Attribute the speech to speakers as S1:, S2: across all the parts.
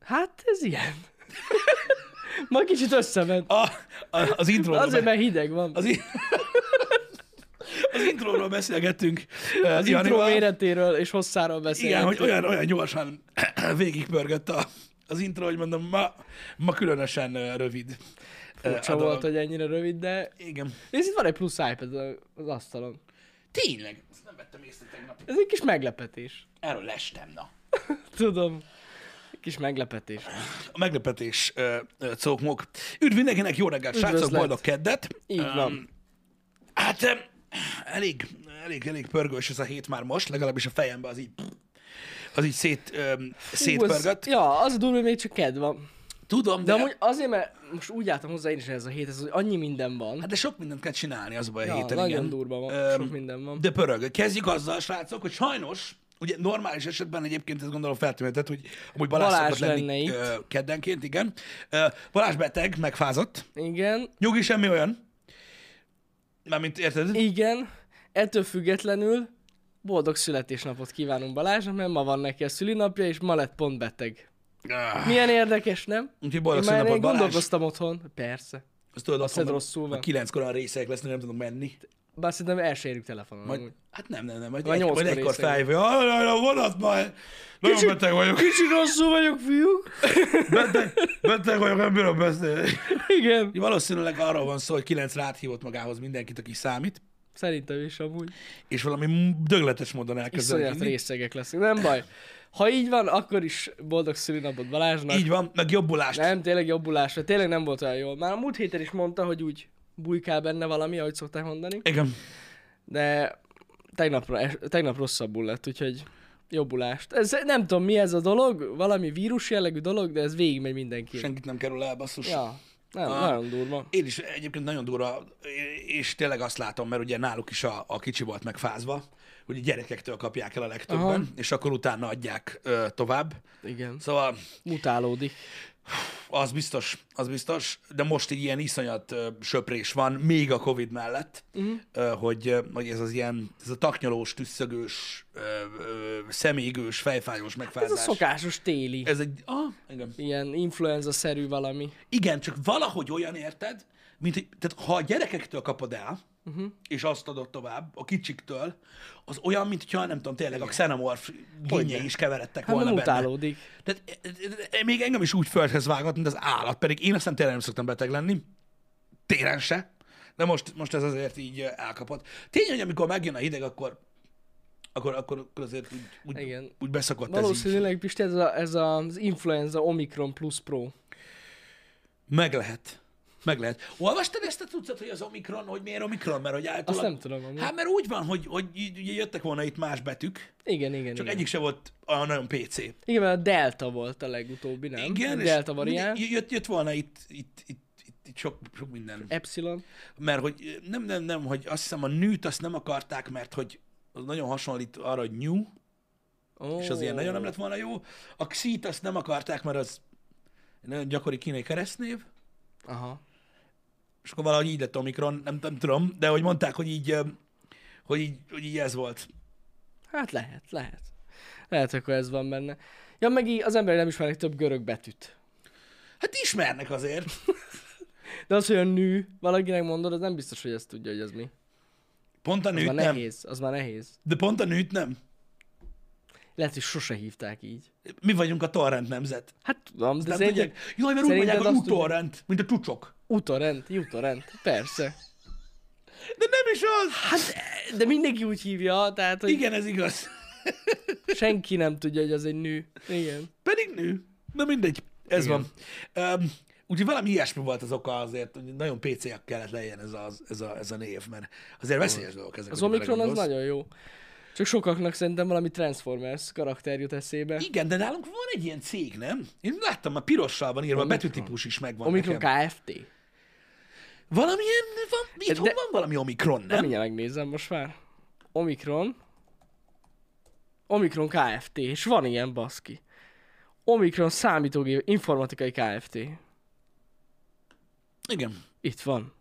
S1: Hát ez ilyen. Ma kicsit összement.
S2: A, a, az intróról,
S1: Azért, mert hideg van.
S2: az, in- az intróról beszélgettünk. eh,
S1: Az
S2: Janival.
S1: intro méretéről és hosszáról beszélünk.
S2: Igen, hogy olyan, olyan gyorsan végigpörgött a, az intro, hogy mondom, ma, ma különösen eh, rövid. eh,
S1: Furcsa
S2: a dolog.
S1: volt, hogy ennyire rövid, de...
S2: Igen.
S1: És itt van egy plusz iPad a- az asztalon.
S2: Tényleg, ezt nem vettem észre tegnap.
S1: Ez egy kis meglepetés.
S2: Erről lestem, na.
S1: Tudom. Egy kis meglepetés.
S2: A meglepetés ö, ö, cokmok. Üdv mindenkinek, jó reggelt, srácok,
S1: Üdvözlet.
S2: boldog keddet.
S1: Így
S2: Öm,
S1: van.
S2: Hát öm, elég, elég, elég pörgős ez a hét már most, legalábbis a fejemben az így, az így szét, öm, szétpörgött.
S1: Az, ja, az a durva, hogy még csak kedv van.
S2: Tudom,
S1: De amúgy azért, mert most úgy álltam hozzá én is ez a héthez, hogy annyi minden van.
S2: Hát de sok mindent kell csinálni, az a baj a
S1: Ja,
S2: héten,
S1: nagyon
S2: igen.
S1: durva van,
S2: Öm,
S1: sok minden van.
S2: De pörög. Kezdjük azzal, srácok, hogy sajnos, ugye normális esetben egyébként ezt gondolom feltűnhetett, hogy amúgy Balázs,
S1: Balázs
S2: szokott lenni
S1: lenne itt.
S2: ö, keddenként, igen. Ö, Balázs beteg, megfázott.
S1: Igen,
S2: Nyugi, semmi olyan. Mármint érted?
S1: igen. Ettől függetlenül boldog születésnapot kívánunk Balázsnak, mert ma van neki a szülinapja, és ma lett pont beteg.
S2: Ah,
S1: Milyen érdekes, nem?
S2: Úgyhogy boldog
S1: én már
S2: szülinapot,
S1: én
S2: Balázs.
S1: gondolkoztam otthon. Persze.
S2: Azt tudod,
S1: Azt szed
S2: mondom,
S1: rosszul
S2: hogy
S1: van.
S2: kilenckor olyan részek lesznek, nem tudunk menni.
S1: Bár szerintem el se érjük telefonon
S2: Majd,
S1: amúgy.
S2: hát nem, nem, nem. Majd,
S1: Vagy
S2: egy,
S1: nyolckor
S2: majd egykor
S1: részeg.
S2: feljövő. Jaj, jaj, jaj, vonat majd. Nagyon
S1: Kicsit-
S2: beteg vagyok.
S1: Kicsit rosszul vagyok, fiúk.
S2: Beteg, beteg vagyok, nem bírom beszélni.
S1: Igen.
S2: Valószínűleg arról van szó, hogy kilencre áthívott magához mindenkit, aki számít,
S1: Szerintem is amúgy.
S2: és valami dögletes módon elkezdett
S1: Iszonyat
S2: inni.
S1: részegek leszünk, nem baj. Ha így van, akkor is boldog szülinapot Balázsnak.
S2: Így van, meg jobbulást.
S1: Nem, tényleg jobbulásra, tényleg nem volt olyan jól. Már a múlt héten is mondta, hogy úgy bujkál benne valami, ahogy szokták mondani,
S2: Igen.
S1: de tegnapra, es- tegnap rosszabbul lett, úgyhogy jobbulást. Ez, nem tudom, mi ez a dolog, valami vírus jellegű dolog, de ez végigmegy mindenki.
S2: Senkit nem kerül el, basszus.
S1: Ja, nem,
S2: Ah.
S1: nagyon durva.
S2: Én is egyébként nagyon durva, és tényleg azt látom, mert ugye náluk is a, a kicsi volt megfázva, hogy a gyerekektől kapják el a legtöbben,
S1: Aha.
S2: és akkor utána adják ö, tovább.
S1: Igen.
S2: Szóval
S1: Mutálódik.
S2: az biztos, az biztos, de most így ilyen iszonyat ö, söprés van, még a Covid mellett,
S1: Mhm.
S2: uh-huh. ö, hogy, ö, hogy ez az ilyen, ez a taknyolós, tüsszögős, ö, ö, szemégős, fejfájós megfázás.
S1: Hát Ez a szokásos téli.
S2: Ez egy, ah, igen.
S1: Ilyen influenza-szerű valami.
S2: Igen, csak valahogy olyan érted, mint hogy, tehát ha a gyerekektől kapod el,
S1: Mhm.
S2: uh-huh. és azt adod tovább, a kicsiktől, az olyan, mint hogyha, nem tudom, tényleg a xenomorf génjei is keveredtek
S1: Hát
S2: volna
S1: nem
S2: benne.
S1: utálódik.
S2: Tehát e- e- e- még engem is úgy földhez vágott, mint az állat, pedig én aztán tényleg nem szoktam beteg lenni, télen se, de most, most ez azért így eh, elkapott. Tény, hogy amikor megjön a hideg, akkor akkor, akkor akkor azért úgy, úgy,
S1: Igen.
S2: úgy beszakott ez így.
S1: Valószínűleg, Pisti, ez, a, ez a, az influenza Omikron Plus Pro.
S2: Meg lehet. Meg lehet. Olvastad ezt a tucat, hogy az Omikron, hogy miért Omikron? Mert hogy
S1: Azt
S2: általában...
S1: nem tudom amúgy.
S2: Hát mert úgy van, hogy, hogy így- ugye jöttek volna itt más betűk,
S1: Igen, igen,
S2: csak
S1: igen.
S2: egyik se volt olyan nagyon PC.
S1: Igen, mert a Delta volt a legutóbbi, nem?
S2: Igen,
S1: a
S2: és
S1: Delta variáns.
S2: mindig Jött, jött volna itt, itt, itt, itt, itt sok, sok minden.
S1: E- Epsilon.
S2: Mert hogy nem, nem, nem, hogy azt hiszem a nőt azt nem akarták, mert hogy az nagyon hasonlít arra, hogy new,
S1: Oh.
S2: és az ilyen nagyon nem lett volna jó. A xít azt nem akarták, mert az egy nagyon gyakori kínai keresztnév.
S1: Aha.
S2: és akkor valahogy így lett Omikron, nem, nem tudom, de hogy mondták, hogy így, ö, hogy így, hogy így ez volt.
S1: Hát lehet, lehet. Lehet, akkor ez van benne. Ja, meg így az emberek nem ismernek több görög betűt.
S2: Hát ismernek azért.
S1: De az, hogy a nő valakinek mondod, az nem biztos, hogy ezt tudja, hogy ez mi.
S2: Pont a
S1: Az
S2: nőt
S1: már
S2: nem.
S1: nehéz, az már nehéz.
S2: De pont a nőt nem.
S1: Lehet, hogy sose hívták így.
S2: Mi vagyunk a torrent nemzet.
S1: Hát tudom, de
S2: Nem
S1: ez egy
S2: tudják. Jaj, mert úgy
S1: szerinted
S2: mondják, hogy
S1: azt
S2: utorrent, mint a tucsok.
S1: utorend, utorend, persze.
S2: De nem is az.
S1: Hát, de mindenki úgy hívja, tehát, hogy
S2: Igen, ez igaz.
S1: senki nem tudja, hogy az egy nő. Igen.
S2: Pedig nő. Na mindegy, ez
S1: Igen.
S2: van. Um, Úgyhogy valami ilyesmi volt az oka azért, hogy nagyon PC-ek kellett legyen ez, az, ez, a, ez a név, mert azért veszélyes dolgok ezek.
S1: Az
S2: hogyha
S1: Omikron az
S2: belegondolsz.
S1: nagyon jó. Csak sokaknak szerintem valami Transformers karakter jut eszébe.
S2: Igen, de nálunk van egy ilyen cég, nem? Én láttam, a pirossal van írva, a
S1: Omikron.
S2: betűtípus is megvan
S1: Omikron
S2: nekem.
S1: Kft.
S2: Valamilyen van, itthon de...
S1: De-
S2: van valami Omikron,
S1: Nem?
S2: nem?
S1: Mindjárt megnézem most már. Omikron. Omikron Kft. És van ilyen baszki. Omikron számítógép informatikai Kft.
S2: Igen,
S1: Itt van.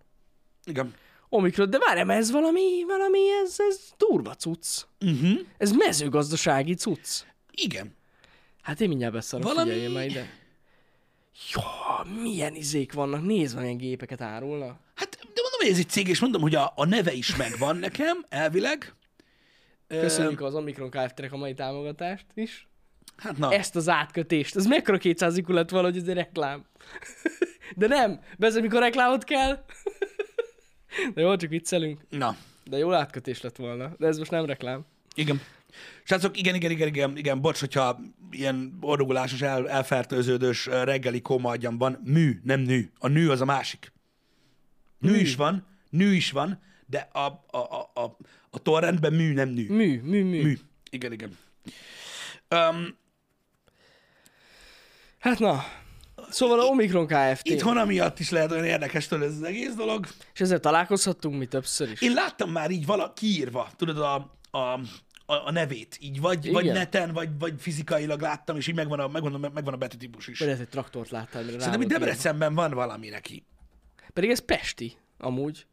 S2: igen.
S1: Omikron, de várj, mert ez valami, valami, ez, ez durva cucc.
S2: Uh-huh.
S1: Ez mezőgazdasági cucc.
S2: Igen.
S1: Hát én mindjárt beszarok,
S2: Valami-
S1: valami... figyeljél már ide. Ja, milyen izék vannak, nézd meg, milyen gépeket árulnak.
S2: Hát, de mondom, hogy ez egy cég, és mondom, hogy a, a neve is megvan nekem, elvileg. Ö,
S1: Köszönjük az Omikron Kft-nek a mai támogatást is.
S2: Hát na,
S1: Ezt az átkötést, ez mekkora 200 ikú lett valahogy, ez egy reklám. De nem, bezem, mikor reklámot kell. De jó, csak viccelünk.
S2: na.
S1: De jó átkötés lett volna. De ez most nem reklám.
S2: Igen. Srácok, igen, igen, igen, igen, igen, bocs, hogyha ilyen orrulásos, el, elfertőződős ö, reggeli kóma agyam van, mű, nem nő. A nő az a másik. Nő is van, nő is van, de a, a, a, a, a torrentben mű, nem nő.
S1: Mű, mű, mű. mű.
S2: Mű. Igen, igen. Um,
S1: Hát na, szóval a Omikron Kft.
S2: itthon amiatt is lehet olyan érdekes tőle ez az egész dolog.
S1: És ezzel találkozhattunk mi többször is.
S2: Én láttam már így vala kiírva, tudod, a, a, a, a nevét, így vagy, vagy
S1: Igen.
S2: neten, vagy, vagy fizikailag láttam, és így megvan a, megvan a, megvan a betűtípus is.
S1: Vagy lehet, egy traktort láttál, mire rá
S2: Szerintem itt
S1: volt írva.
S2: Debrecenben van valami neki.
S1: Pedig ez Pesti, amúgy,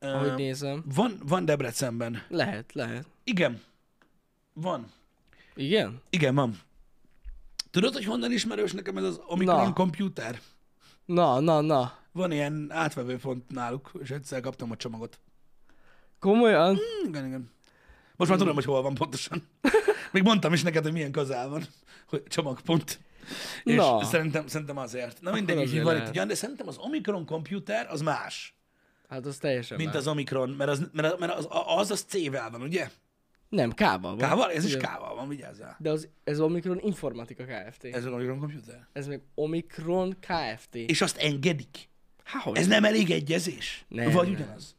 S1: ahogy
S2: Ö,
S1: nézem.
S2: Van, van Debrecenben.
S1: Lehet, lehet.
S2: Igen. Van.
S1: Igen?
S2: Igen, van. Tudod, hogy honnan ismerős nekem ez az Omikron
S1: Na.
S2: komputer?
S1: Na, na, na.
S2: Van ilyen átvevőpont náluk, és egyszer kaptam a csomagot.
S1: Komolyan?
S2: Hm, Igen, igen. Most
S1: Hm.
S2: már tudom, hogy hol van pontosan. Még mondtam is neked, hogy milyen közel van, hogy csomagpont. És
S1: Na.
S2: szerintem, szerintem azért. Na mindegy,
S1: azért
S2: így van itt
S1: lehet.
S2: ugyan, de szerintem az Omikron komputer az más,
S1: Hát az teljesen
S2: mint
S1: más.
S2: az Omikron, mert az, mert az, mert az, az, az C-vel van, ugye?
S1: Nem, K-val van.
S2: Kával? Ez is
S1: Igen.
S2: kával van, vigyázzál.
S1: De az, ez Omikron Informatika Kft. Ez,
S2: Ez van Omikron Computer.
S1: ez még Omikron Kft.
S2: És azt engedik.
S1: Há, hogy?
S2: Ez nem elég egyezés?
S1: Nem,
S2: Vagy
S1: nem.
S2: ugyanaz?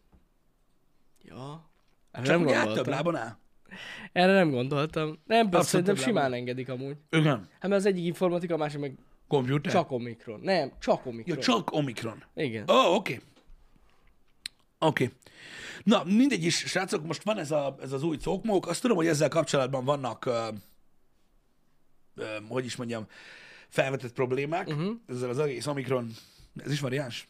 S1: Ja. Erre
S2: Csak
S1: nem
S2: ugye át
S1: gondoltam.
S2: több áll?
S1: Erre nem gondoltam. Nem, persze, szerintem
S2: több lábon.
S1: simán engedik amúgy.
S2: Igen.
S1: Hát mert az egyik informatika, a másik meg
S2: Computer?
S1: csak Omikron. Nem, csak Omikron.
S2: Ja, csak Omikron.
S1: Igen.
S2: Ó, oh, oké. Okay. Oké. Okay. Na, mindegy is, srácok, most van ez, a, ez az új cokmók. Azt tudom, hogy ezzel kapcsolatban vannak, ö, ö, hogy is mondjam, felvetett problémák.
S1: Mhm.
S2: Uh-huh. Ezzel az egész Omikron, ez is variáns?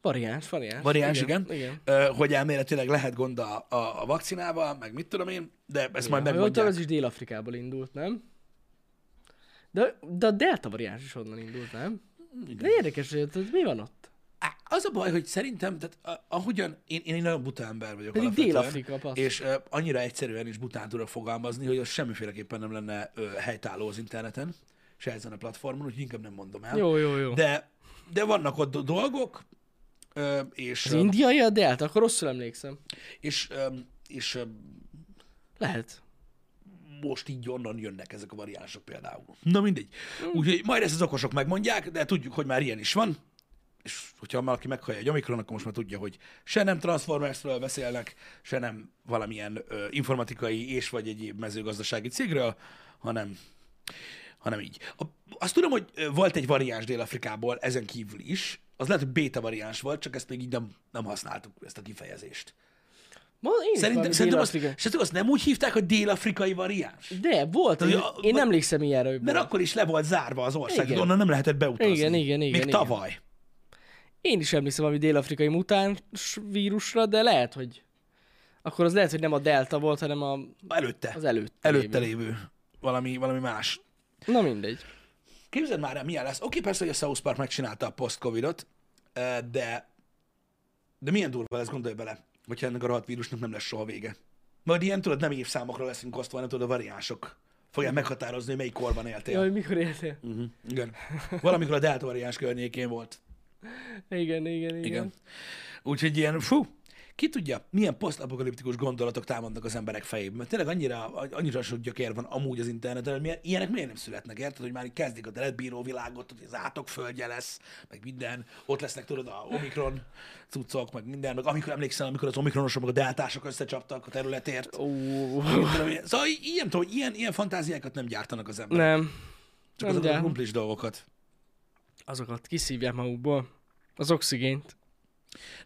S1: Variáns, variáns.
S2: Variáns, igen.
S1: igen. igen.
S2: Ö, Hogy elméletileg lehet gond a, a, a vakcinával, meg mit tudom én, de ezt majd
S1: Ha jól tudom,
S2: megmondják.
S1: ez is Dél-Afrikából indult, nem? De, de a delta variáns is onnan indult, nem? De érdekes, hogy ott- mi van ott?
S2: Á, Az a baj, hogy szerintem, tehát a- ahogyan én, én egy nagyon buta ember vagyok
S1: Pedig
S2: alapvetően,
S1: Dél-Afrika, passz.
S2: és ö, annyira egyszerűen és bután tudok fogalmazni, hogy az semmiféleképpen nem lenne ö, helytálló az interneten, se ezen a platformon, úgyhogy inkább nem mondom el.
S1: Jó, jó, jó.
S2: Hát, De, de vannak ott do- dolgok, ö, és,
S1: Az
S2: ö,
S1: indiai a delta, akkor rosszul emlékszem.
S2: és, ö, és ö,
S1: Lehet.
S2: most így onnan jönnek ezek a variánsok például. Hmm. Na mindegy. Úgyhogy majd ezt az okosok megmondják, de tudjuk, hogy már ilyen is van. És hogyha valaki meghallja egy Omikron, akkor most már tudja, hogy se nem Transformersről beszélnek, se nem valamilyen ö, informatikai és vagy egyéb mezőgazdasági cégről, hanem, hanem így. A, azt tudom, hogy ö, volt egy variáns Dél-Afrikából ezen kívül is, az lehet, hogy beta variáns volt, csak ezt még így nem, nem használtuk, ezt a kifejezést.
S1: Ma én is
S2: Szerintem,
S1: valami
S2: szerintem, azt,
S1: Dél-Afrika-
S2: szerintem azt nem úgy hívták, hogy dél-afrikai variáns.
S1: De, volt.
S2: Tehát,
S1: Én,
S2: hogy a-
S1: én emlékszem ilyenre, hogy
S2: Mert
S1: volt.
S2: akkor is le volt zárva az ország,
S1: Igen.
S2: onnan nem lehetett beutazni.
S1: Igen, igen, igen,
S2: Még
S1: igen.
S2: tavaly.
S1: Én is emlékszem valami dél-afrikai mutáns vírusra, de lehet, hogy... Akkor az lehet, hogy nem a delta volt, hanem a,
S2: Előtte.
S1: az előtt.
S2: előtte lévő. Valami, valami más.
S1: Na mindegy.
S2: Képzeld már el, milyen lesz. Oké, persze, hogy a South Park megcsinálta a post-covidot, ö, de, de milyen durva lesz, gondolj bele, hogyha ennek a rohadt vírusnak nem lesz soha vége. Majd ilyen, tudod, nem évszámokra leszünk osztva, hanem tudod, a variánsok fogják meghatározni, hogy melyik korban éltél.
S1: Jaj, mikor éltél?
S2: Uh-huh. Igen. Valamikor a delta variáns környékén volt.
S1: Igen, igen, igen.
S2: Igen. Úgyhogy ilyen, fú, ki tudja, milyen posztapokaliptikus gondolatok támadnak az emberek fejében. Mert tényleg annyira, annyira sok gyökér van amúgy az interneten, hogy milyen- ilyenek miért nem születnek, érted? Hogy már így kezdik a teletbíró világot, hogy az átok földje lesz, meg minden. Ott lesznek, tudod, a Omikron cuccok, meg minden. Meg amikor emlékszel, amikor az Omikronosok, meg a deltások összecsaptak a területért.
S1: Ó,
S2: Mit tudom én. Szóval így- ilyen, tudom, ilyen, ilyen fantáziákat nem gyártanak az emberek.
S1: nem. nem
S2: Csak azokat a
S1: gyárt.
S2: kumplis dolgokat.
S1: Azokat kiszívják magukból. Az oxigént.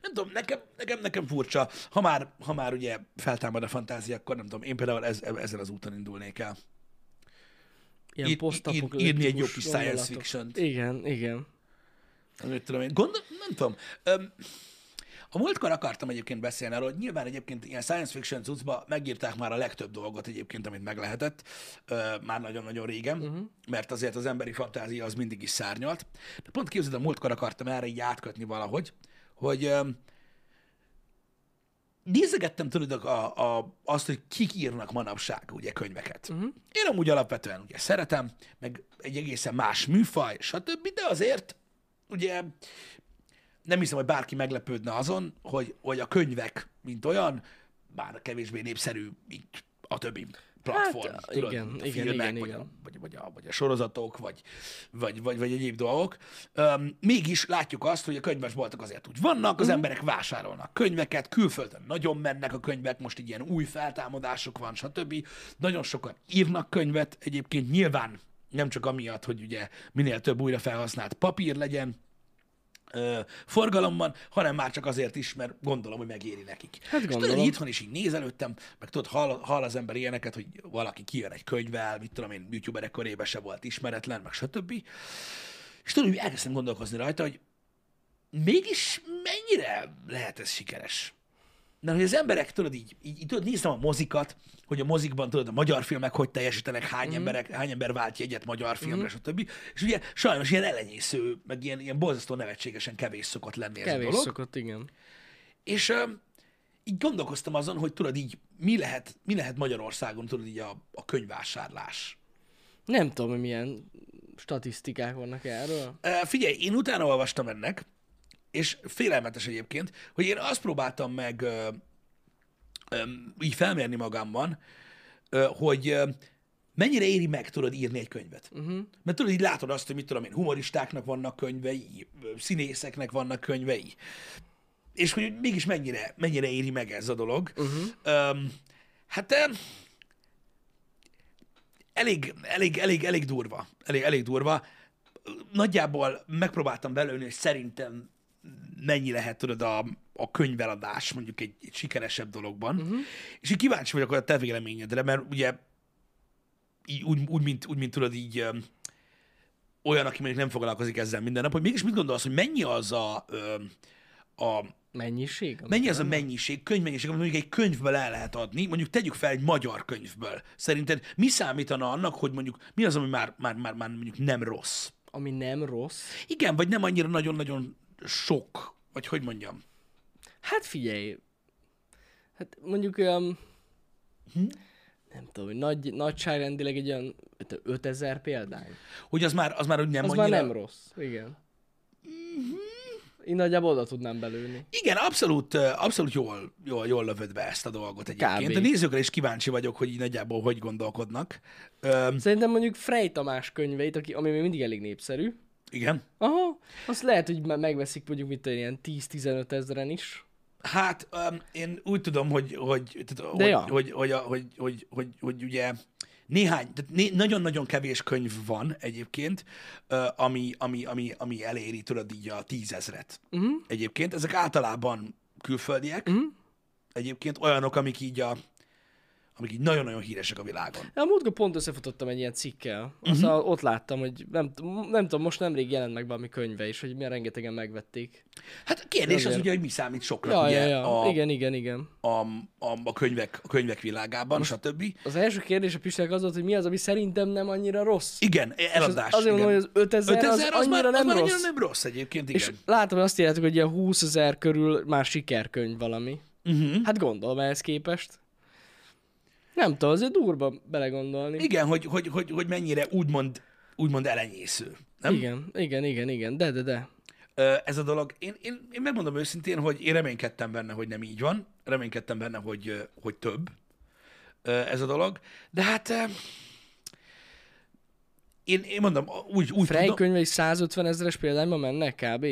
S2: Nem tudom, nekem, nekem, nekem furcsa. Ha már, ha már ugye feltámad a fantázia, akkor nem tudom, én például ez, ezzel az úton indulnék el.
S1: Ilyen
S2: Ír-
S1: posztapokaliptikus
S2: ír- írni egy jó kis science
S1: gondolatok.
S2: fiction-t.
S1: Igen, igen.
S2: Amit tudom én. Gondol, nem tudom. Öm, A múltkor akartam egyébként beszélni arról, hogy nyilván egyébként ilyen science fiction cuccba megírták már a legtöbb dolgot egyébként, amit meg lehetett, ö, már nagyon-nagyon régen, uh-huh. mert azért az emberi fantázia az mindig is szárnyalt. De pont képzeld, a múltkor akartam erre így átkötni valahogy, hogy öm, nézegettem tudod a, a, azt, hogy kik írnak manapság ugye könyveket. Uh-huh. Én amúgy alapvetően ugye szeretem, meg egy egészen más műfaj, stb., de azért ugye nem hiszem, hogy bárki meglepődne azon, hogy, hogy a könyvek, mint olyan, bár kevésbé népszerű, mint a többi platform.
S1: Hát, igen,
S2: mint a
S1: igen,
S2: filmek,
S1: igen,
S2: vagy,
S1: igen.
S2: A, vagy, vagy, a, vagy a sorozatok, vagy, vagy, vagy, vagy egyéb dolgok. Um, mégis látjuk azt, hogy a könyvesboltok azért úgy vannak, az
S1: Mhm.
S2: emberek vásárolnak könyveket, külföldön nagyon mennek a könyvek, most így ilyen új feltámadások van, stb. Nagyon sokan írnak könyvet, egyébként nyilván nem csak amiatt, hogy ugye minél több újra felhasznált papír legyen, ö, forgalomban, hanem már csak azért is, mert gondolom, hogy megéri nekik.
S1: Hát
S2: És tudod,
S1: gondolom.
S2: itthon is így nézelődtem, meg tudod, hall, hall az ember ilyeneket, hogy valaki kijön egy könyvvel, mit tudom én, youtuberek körében se volt ismeretlen, meg stb. És tudod, hogy elkezdtem gondolkozni rajta, hogy mégis mennyire lehet ez sikeres? Na, hogy az emberek, tudod, így, így, így tudod, néztem a mozikat, hogy a mozikban, tudod, a magyar filmek hogy teljesítenek, hány, mm. emberek, hány ember vált jegyet magyar filmre, mm. stb. És ugye sajnos ilyen elenyésző, meg ilyen, ilyen borzasztó nevetségesen kevés szokott lenni ez a
S1: Kevés
S2: dolog.
S1: szokott, igen.
S2: És öm, így gondolkoztam azon, hogy tudod így, mi lehet, mi lehet Magyarországon, tudod így a, a könyvvásárlás.
S1: Nem tudom, hogy milyen statisztikák vannak erről.
S2: Ö, Figyelj, én utána olvastam ennek, és félelmetes egyébként, hogy én azt próbáltam meg ö, ö, így felmérni magamban, ö, hogy ö, mennyire éri meg tudod írni egy könyvet. Uh-huh. Mert tudod, így látod azt, hogy mit tudom én, humoristáknak vannak könyvei, ö, színészeknek vannak könyvei. És hogy mégis mennyire, mennyire éri meg ez a dolog. Uh-huh. Öm, hát öm, elég, elég, elég, elég durva. Elég, elég durva. Nagyjából megpróbáltam belőni, hogy szerintem mennyi lehet, tudod, a, a könyveladás mondjuk egy, egy sikeresebb dologban. Uh-huh. És így kíváncsi vagyok a te véleményedre, mert ugye így, úgy, úgy, mint, úgy, mint tudod, így öm, olyan, aki mondjuk nem foglalkozik ezzel minden nap, hogy mégis mit gondolsz, hogy mennyi az a, öm, a
S1: Mennyiség?
S2: Mennyi az a mennyiség, könyvmennyiség, amit mondjuk egy könyvből el lehet adni? Mondjuk tegyük fel egy magyar könyvből. Szerinted mi számítana annak, hogy mondjuk mi az, ami már, már, már, már mondjuk nem rossz?
S1: Ami nem rossz.
S2: Igen, vagy nem annyira nagyon-nagyon sok, vagy hogy mondjam.
S1: Hát figyelj, hát mondjuk olyan, hm? nem tudom, hogy nagy, nagyságrendileg egy olyan mit tudom, 5000 példány.
S2: Hogy az már, az már úgy nem
S1: Az
S2: Hát annyira... Mhm.
S1: már nem rossz, igen. Én nagyjából oda tudnám belőni.
S2: Igen, abszolút, ö, abszolút jól, jól, jól lövöd be ezt a dolgot egyébként.
S1: Kb.
S2: De nézőkre is kíváncsi vagyok, hogy így nagyjából hogy gondolkodnak. Öm,
S1: Szerintem mondjuk Frey Tamás könyveit, aki, ami még mindig elég népszerű,
S2: igen.
S1: Aha, azt lehet, hogy már megveszik mondjuk mit tudom, ilyen 10-15 ezeren is.
S2: Hát um, én úgy tudom, hogy hogy, tehát,
S1: De
S2: hogy,
S1: ja.
S2: hogy, hogy, a- hogy, hogy, hogy, hogy ugye néhány, tehát né, nagyon-nagyon kevés könyv van egyébként, ö, ami, ami, ami, ami eléri, tudod, így a tízezret.
S1: Mhm.
S2: Uh-huh. Egyébként ezek általában külföldiek, uh-huh. egyébként olyanok, amik így a amik így nagyon-nagyon híresek a világon.
S1: A múltkor pont összefutottam egy ilyen cikkel.
S2: Mhm.
S1: Aztán uh-huh. ott láttam, hogy nem, t- nem tudom, most nemrég jelent meg valami könyve is, hogy milyen rengetegen megvették.
S2: Hát a kérdés az
S1: Azért.
S2: ugye, hogy mi számít sokra,
S1: Ja,
S2: Hát ugye,
S1: ja, ja.
S2: A,
S1: Igen, igen, igen.
S2: A, a, a, könyvek, a könyvek világában, stb.
S1: Az első kérdés a Pistának az volt, hogy mi az, ami szerintem nem annyira rossz.
S2: Igen, e- eladás.
S1: azért
S2: igen.
S1: mondom, hogy az 5000 az annyira
S2: már,
S1: nem
S2: az már
S1: rossz.
S2: annyira nem rossz egyébként, igen.
S1: És látom, hogy azt írjátok, hogy ilyen 20 ezer körül már sikerkönyv valami.
S2: Mhm.
S1: Uh-huh. Hát gondolom ehhez képest. Nem tudom, azért durva belegondolni.
S2: Igen, hogy, hogy, hogy, hogy mennyire úgymond, úgymond elenyésző. Nem?
S1: Igen, igen, igen, igen, de, de, de.
S2: Ö, Ez a dolog, én, én, én megmondom őszintén, hogy én reménykedtem benne, hogy nem így van, reménykedtem benne, hogy, ö, hogy több ö, ez a dolog, de hát ö, én, én mondom, úgy, úgy
S1: Frey
S2: tudom,
S1: könyvei 150 ezeres példányban mennek kb.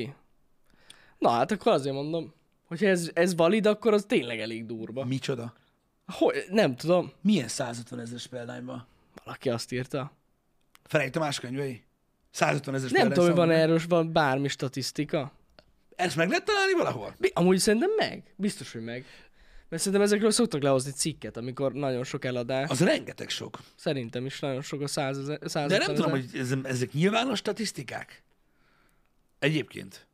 S1: Na hát akkor azért mondom, hogy ez, ez valid, akkor az tényleg elég durva.
S2: micsoda?
S1: Hogy, nem tudom,
S2: Milyen 150 ezeres példányban?
S1: valaki azt írta.
S2: Ferenc Tamás könyvei? 150 ezeres
S1: Nem tudom, hogy van
S2: számban?
S1: erős, van bármi statisztika.
S2: Ezt meg lehet találni valahol?
S1: Mi- Amúgy szerintem meg, biztos, hogy meg. Mert szerintem ezekről szoktak lehozni cikket, amikor nagyon sok eladás.
S2: Az rengeteg sok.
S1: Szerintem is nagyon sok a 100 ezer.
S2: De nem tudom, hogy ez, ezek nyilvános statisztikák? Egyébként.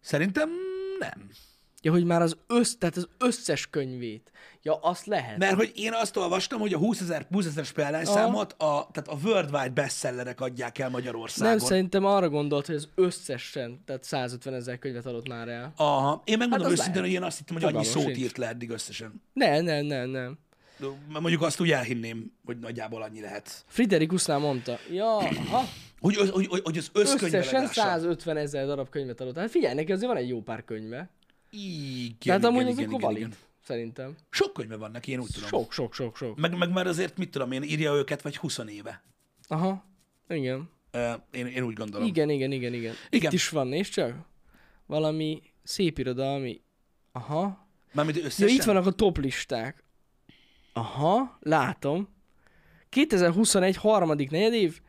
S2: Szerintem nem.
S1: Ja, hogy már az, össz, tehát az összes könyvét. Ja, azt lehet.
S2: Mert hogy én azt olvastam, hogy a 20 ezer 20 ezeres példányszámot a, tehát a worldwide bestsellerek adják el Magyarországon.
S1: Nem, szerintem arra gondolt, hogy az összesen, tehát 150 ezer könyvet adott már el.
S2: Aha. Én megmondom
S1: Hát
S2: hát
S1: az
S2: őszintén,
S1: lehet.
S2: hogy én azt hittem, hogy annyi
S1: Fogalmam
S2: szót
S1: sincs.
S2: írt le eddig összesen.
S1: Ne, ne, ne, nem.
S2: De Mondjuk azt úgy elhinném, hogy nagyjából annyi lehet.
S1: Friderikusnál mondta, ja, aha,
S2: Hogy, az- hogy, hogy, hogy az
S1: összesen
S2: összkönyveledása.
S1: 150 ezer darab könyvet adott. Hát figyelj, neki azért van egy jó pár könyve.
S2: Igen,
S1: Tehát
S2: igen,
S1: hát amúgy
S2: igen,
S1: azok
S2: igen, igen.
S1: valid, szerintem.
S2: Sok könyve van neki, én úgy tudom.
S1: Sok, sok, sok, sok.
S2: Meg, meg már azért, mit tudom én, írja őket, vagy 20 éve.
S1: Aha, igen.
S2: Ö, Én, én úgy gondolom.
S1: Igen, igen, igen, igen.
S2: Igen.
S1: Itt is van, és csak valami szép irodalmi. Aha.
S2: Mármint
S1: Ja,
S2: összesen.
S1: itt vannak a top listák. Aha, látom. 2021 harmadik negyedév.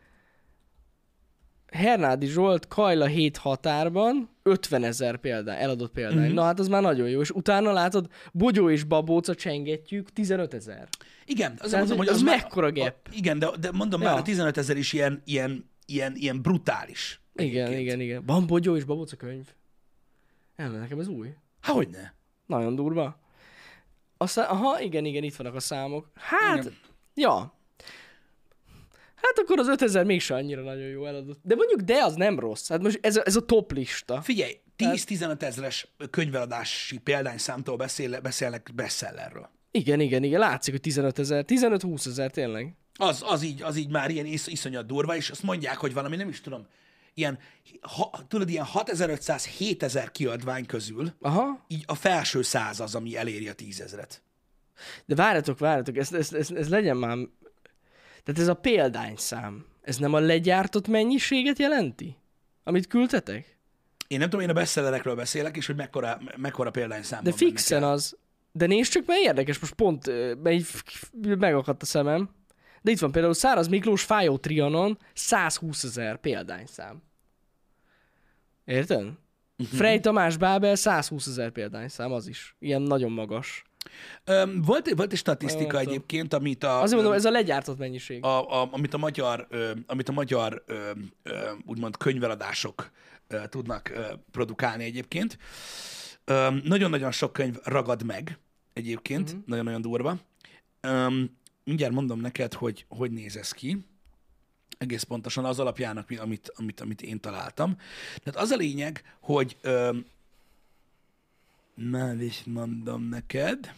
S1: Hernádi Zsolt Kajla 7 határban 50 ezer példány, eladott példány. Na hát az már nagyon jó. És utána látod, Bogyó és Babóca csengetjük 15 ezer.
S2: Igen, azért
S1: Tehát,
S2: mondom,
S1: hogy
S2: hogy
S1: az
S2: az már-
S1: mekkora gap.
S2: A, igen, de, de mondom már,
S1: Ja.
S2: a 15 ezer is ilyen, ilyen, ilyen, ilyen brutális.
S1: Igen, igen, igen. Van Bogyó és Babóca könyv. Nem, nekem ez új.
S2: Há, hogy ne?
S1: Nagyon durva. Aztán, aha, igen, igen, itt vannak a számok. Hát, igen. ja. Hát akkor az 5000 mégse annyira nagyon jó eladott. De mondjuk de az nem rossz. Hát most ez a, ez a top lista.
S2: Figyelj, 10-15 ezeres könyveladási példányszámtól beszél, beszélnek bestsellerről.
S1: Igen, igen, igen, látszik, hogy 15 ezer, 15-20 ezer tényleg.
S2: Az, az, így, az így már ilyen is, iszonyat durva, és azt mondják, hogy valami, nem is tudom, ilyen, ha, tudod, ilyen 6500-7000 kiadvány közül,
S1: Aha.
S2: így a felső száz az, ami eléri a tízezret.
S1: De várjatok, várjatok, ez, ez, ez, ez legyen már... Tehát ez a példányszám, ez nem a legyártott mennyiséget jelenti? Amit küldtetek?
S2: Én nem tudom, én a bestsellerekről beszélek, és hogy mekkora, mekkora példányszámban
S1: De
S2: mennek
S1: fixen
S2: el.
S1: az. De nézd csak, mert érdekes, most pont ö, megy- f- f- megakadt a szemem. De itt van például Száraz Miklós Fájó Trianon 120 ezer példányszám.
S2: Mhm.
S1: Érted? Frey Tamás Bábel 120 ezer példányszám, az is. Ilyen nagyon magas.
S2: Öm, volt, volt egy statisztika
S1: Nem tudom.
S2: egyébként, amit a,
S1: Azért mondom, ez a legyártott mennyiség.
S2: a, a, amit a magyar, ö, amit a magyar ö, ö, úgymond könyveladások ö, tudnak ö, produkálni egyébként. Öm, nagyon-nagyon sok könyv ragad meg egyébként,
S1: Mhm.
S2: mm-hmm. nagyon-nagyon durva. Öm, mindjárt mondom neked, hogy hogy néz ez ki. Egész pontosan az alapján, ami- amit, amit, amit én találtam. Tehát az a lényeg, hogy öm, már is mondom neked.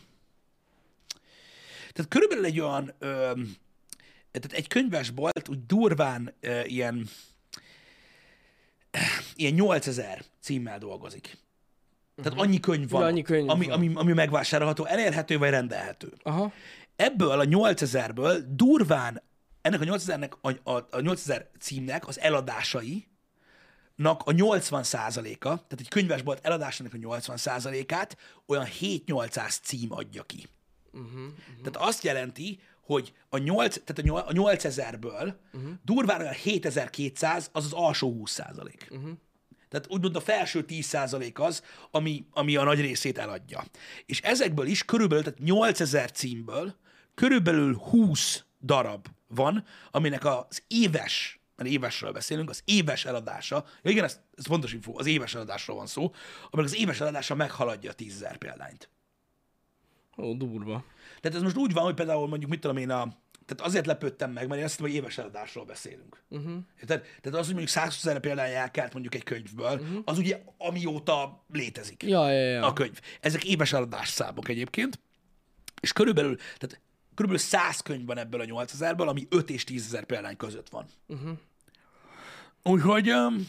S2: Tehát körülbelül egy olyan, öm, tehát egy könyvesbolt úgy durván ö, ilyen, ilyen 8000 címmel dolgozik. Tehát annyi könyv van,
S1: Ja, Mhm. annyi könyv
S2: ami,
S1: van.
S2: Ami, ami megvásárolható, elérhető vagy rendelhető.
S1: Aha.
S2: Ebből a 8000-ből durván ennek a 8000-nek, a, a, a 8000 címnek az eladásai, nak a 80%-a, tehát egy könyvesbolt eladásának a 80%-át olyan 7-800 cím adja ki. Tehát azt jelenti, hogy a 8, tehát a nyol- a 8000-ből uh-huh. durván olyan 7200, az az alsó 20 százalék. Uh-huh. Tehát úgymond a felső 10 százalék az, ami, ami a nagy részét eladja. És ezekből is körülbelül, tehát 8000 címből körülbelül 20 darab van, aminek az éves, mert évesről beszélünk, az éves eladása, ja igen, ez, ez fontos info, az éves eladásról van szó, aminek az éves eladása meghaladja a 10.000 példányt.
S1: Ó, durva.
S2: Tehát ez most úgy van, hogy például mondjuk, mit tudom én, a, tehát azért lepődtem meg, mert én azt hittem, hogy éves eladásról beszélünk. Uh-huh. Tehát, tehát az, hogy mondjuk 120 ezer példány elkelt mondjuk egy könyvből, uh-huh. az ugye amióta létezik
S1: Ja, ja, ja.
S2: a könyv. Ezek éves eladás számok egyébként, és körülbelül, tehát körülbelül 100 könyv van ebből a 8000-ből, ami 5 és 10 ezer példány között van. Uh-huh. Úgyhogy öm,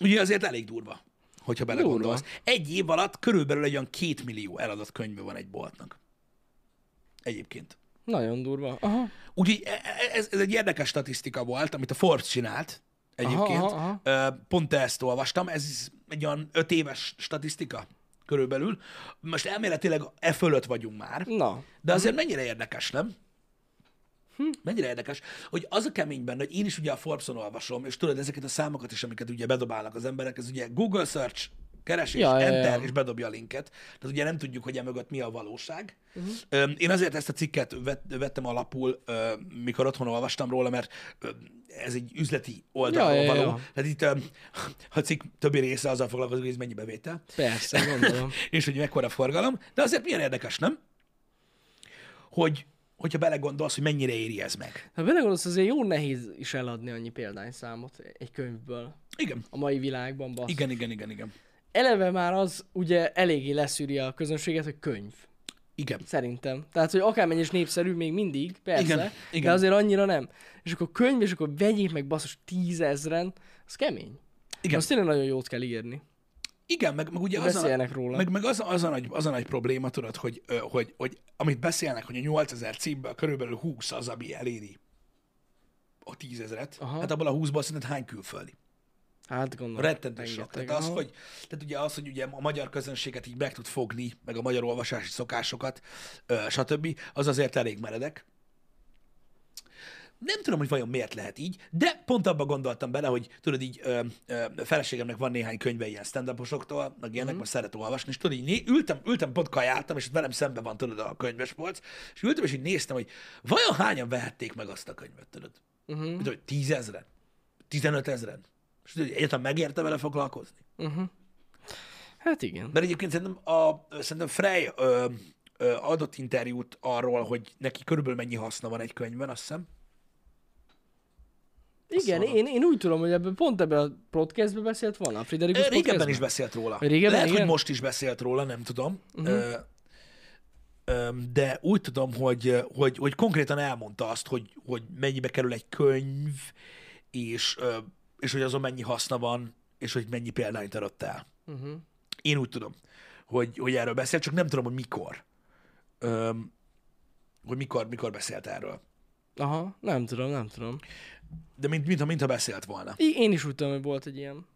S2: ugye azért elég durva, hogyha belegondolsz. Egy év alatt körülbelül egy olyan 2 millió eladott könyve van egy boltnak. Egyébként.
S1: Nagyon durva. Aha.
S2: Úgyhogy e- e- ez, ez egy érdekes statisztika volt, amit a Forbes csinált egyébként.
S1: Aha, aha,
S2: Ö, Pont ezt olvastam, ez egy olyan öt éves statisztika körülbelül. Most elméletileg e fölött vagyunk már,
S1: Na.
S2: de azért mennyire érdekes, nem? Mennyire érdekes, hogy az a kemény benne, hogy én is ugye a Forbes-on olvasom, és tudod, ezeket a számokat is, amiket ugye bedobálnak az emberek, ez ugye Google search Keresi,
S1: Ja,
S2: és
S1: ja, ja.
S2: enter, és bedobja a linket. Tehát ugye nem tudjuk, hogy emögött mi a valóság.
S1: Mhm.
S2: Uh-huh. Öm, én azért ezt a cikket vett- vettem alapul, ö, mikor otthon olvastam róla, mert ö, ez egy üzleti oldalról
S1: Ja,
S2: ja,
S1: ja,
S2: való.
S1: ja.
S2: Tehát itt öm, a cikk többi része azzal foglalkozik, hogy ez mennyi bevétel,
S1: Persze, gondolom.
S2: és hogy mekkora forgalom. De azért milyen érdekes, nem? Hogy, hogyha belegondolsz, hogy mennyire éri ez meg.
S1: Ha belegondolsz, azért jó nehéz is eladni annyi példányszámot egy könyvből
S2: Igen.
S1: a mai világban, basz.
S2: Igen, igen, igen, igen.
S1: Eleve már az ugye eléggé leszűri a közönséget, hogy könyv.
S2: Igen.
S1: Szerintem. Tehát, hogy akármennyi is népszerű, még mindig, persze,
S2: Igen,
S1: igen, de
S2: igen.
S1: azért annyira nem. És akkor könyv, és akkor vegyék meg basszus tízezren, az kemény.
S2: Igen.
S1: Az tényleg nagyon jót kell írni.
S2: Igen, meg, meg ugye az a,
S1: Beszéljenek róla.
S2: meg, meg az, az, a nagy, az a nagy probléma, tudod, hogy, ö, hogy, hogy amit beszélnek, hogy a 8000 címből körülbelül 20 az, ami eléri a tízezret,
S1: Aha.
S2: hát abból a 20-ból szerinted hány külföldi?
S1: Hát gondolom.
S2: Rettentő sok.
S1: rengeteg,
S2: Tehát az,
S1: aha.
S2: hogy, tehát ugye az, hogy ugye a magyar közönséget így meg tud fogni, meg a magyar olvasási szokásokat, ö, stb., az azért elég meredek. Nem tudom, hogy vajon miért lehet így, de pont abba gondoltam bele, hogy tudod így, ö, ö, feleségemnek van néhány könyve ilyen stand uposoktól meg ilyenek,
S1: Mhm.
S2: mm. most szeret olvasni, és tudod így, né- ültem, ültem, pont kajáltam, és ott velem szembe van tudod a könyvespolc, és ültem, és így néztem, hogy vajon hányan vehették meg azt a könyvet, tudod?
S1: Mhm.
S2: Mm. Tudod, hogy tízezren, tizenötezren. És tudod, hogy egyáltalán megérte vele foglalkozni.
S1: Hát igen.
S2: Mert egyébként szerintem, a, szerintem Frey ö, ö, adott interjút arról, hogy neki körülbelül mennyi haszna van egy könyvben, azt hiszem.
S1: Igen,
S2: szóval-
S1: én, én úgy tudom, hogy ebben, pont ebben a podcastben beszélt volna, a Friderikus
S2: Ö, Régebben
S1: podcastben.
S2: is beszélt róla.
S1: Régebben,
S2: Lehet,
S1: igen? Mhm.
S2: hogy most is beszélt róla, nem tudom. Uh-huh. Ö, ö, de úgy tudom, hogy, hogy, hogy konkrétan elmondta azt, hogy, hogy mennyibe kerül egy könyv, és, ö, és hogy azon mennyi haszna van, és hogy mennyi példányt adott el.
S1: Uh-huh.
S2: Én úgy tudom, hogy, hogy erről beszélt, csak nem tudom, hogy mikor. Öm, hogy mikor, mikor beszélt erről.
S1: Aha, nem tudom, nem tudom.
S2: De mint, mintha, mintha beszélt volna.
S1: I- én is úgy tudom, hogy volt egy ilyen.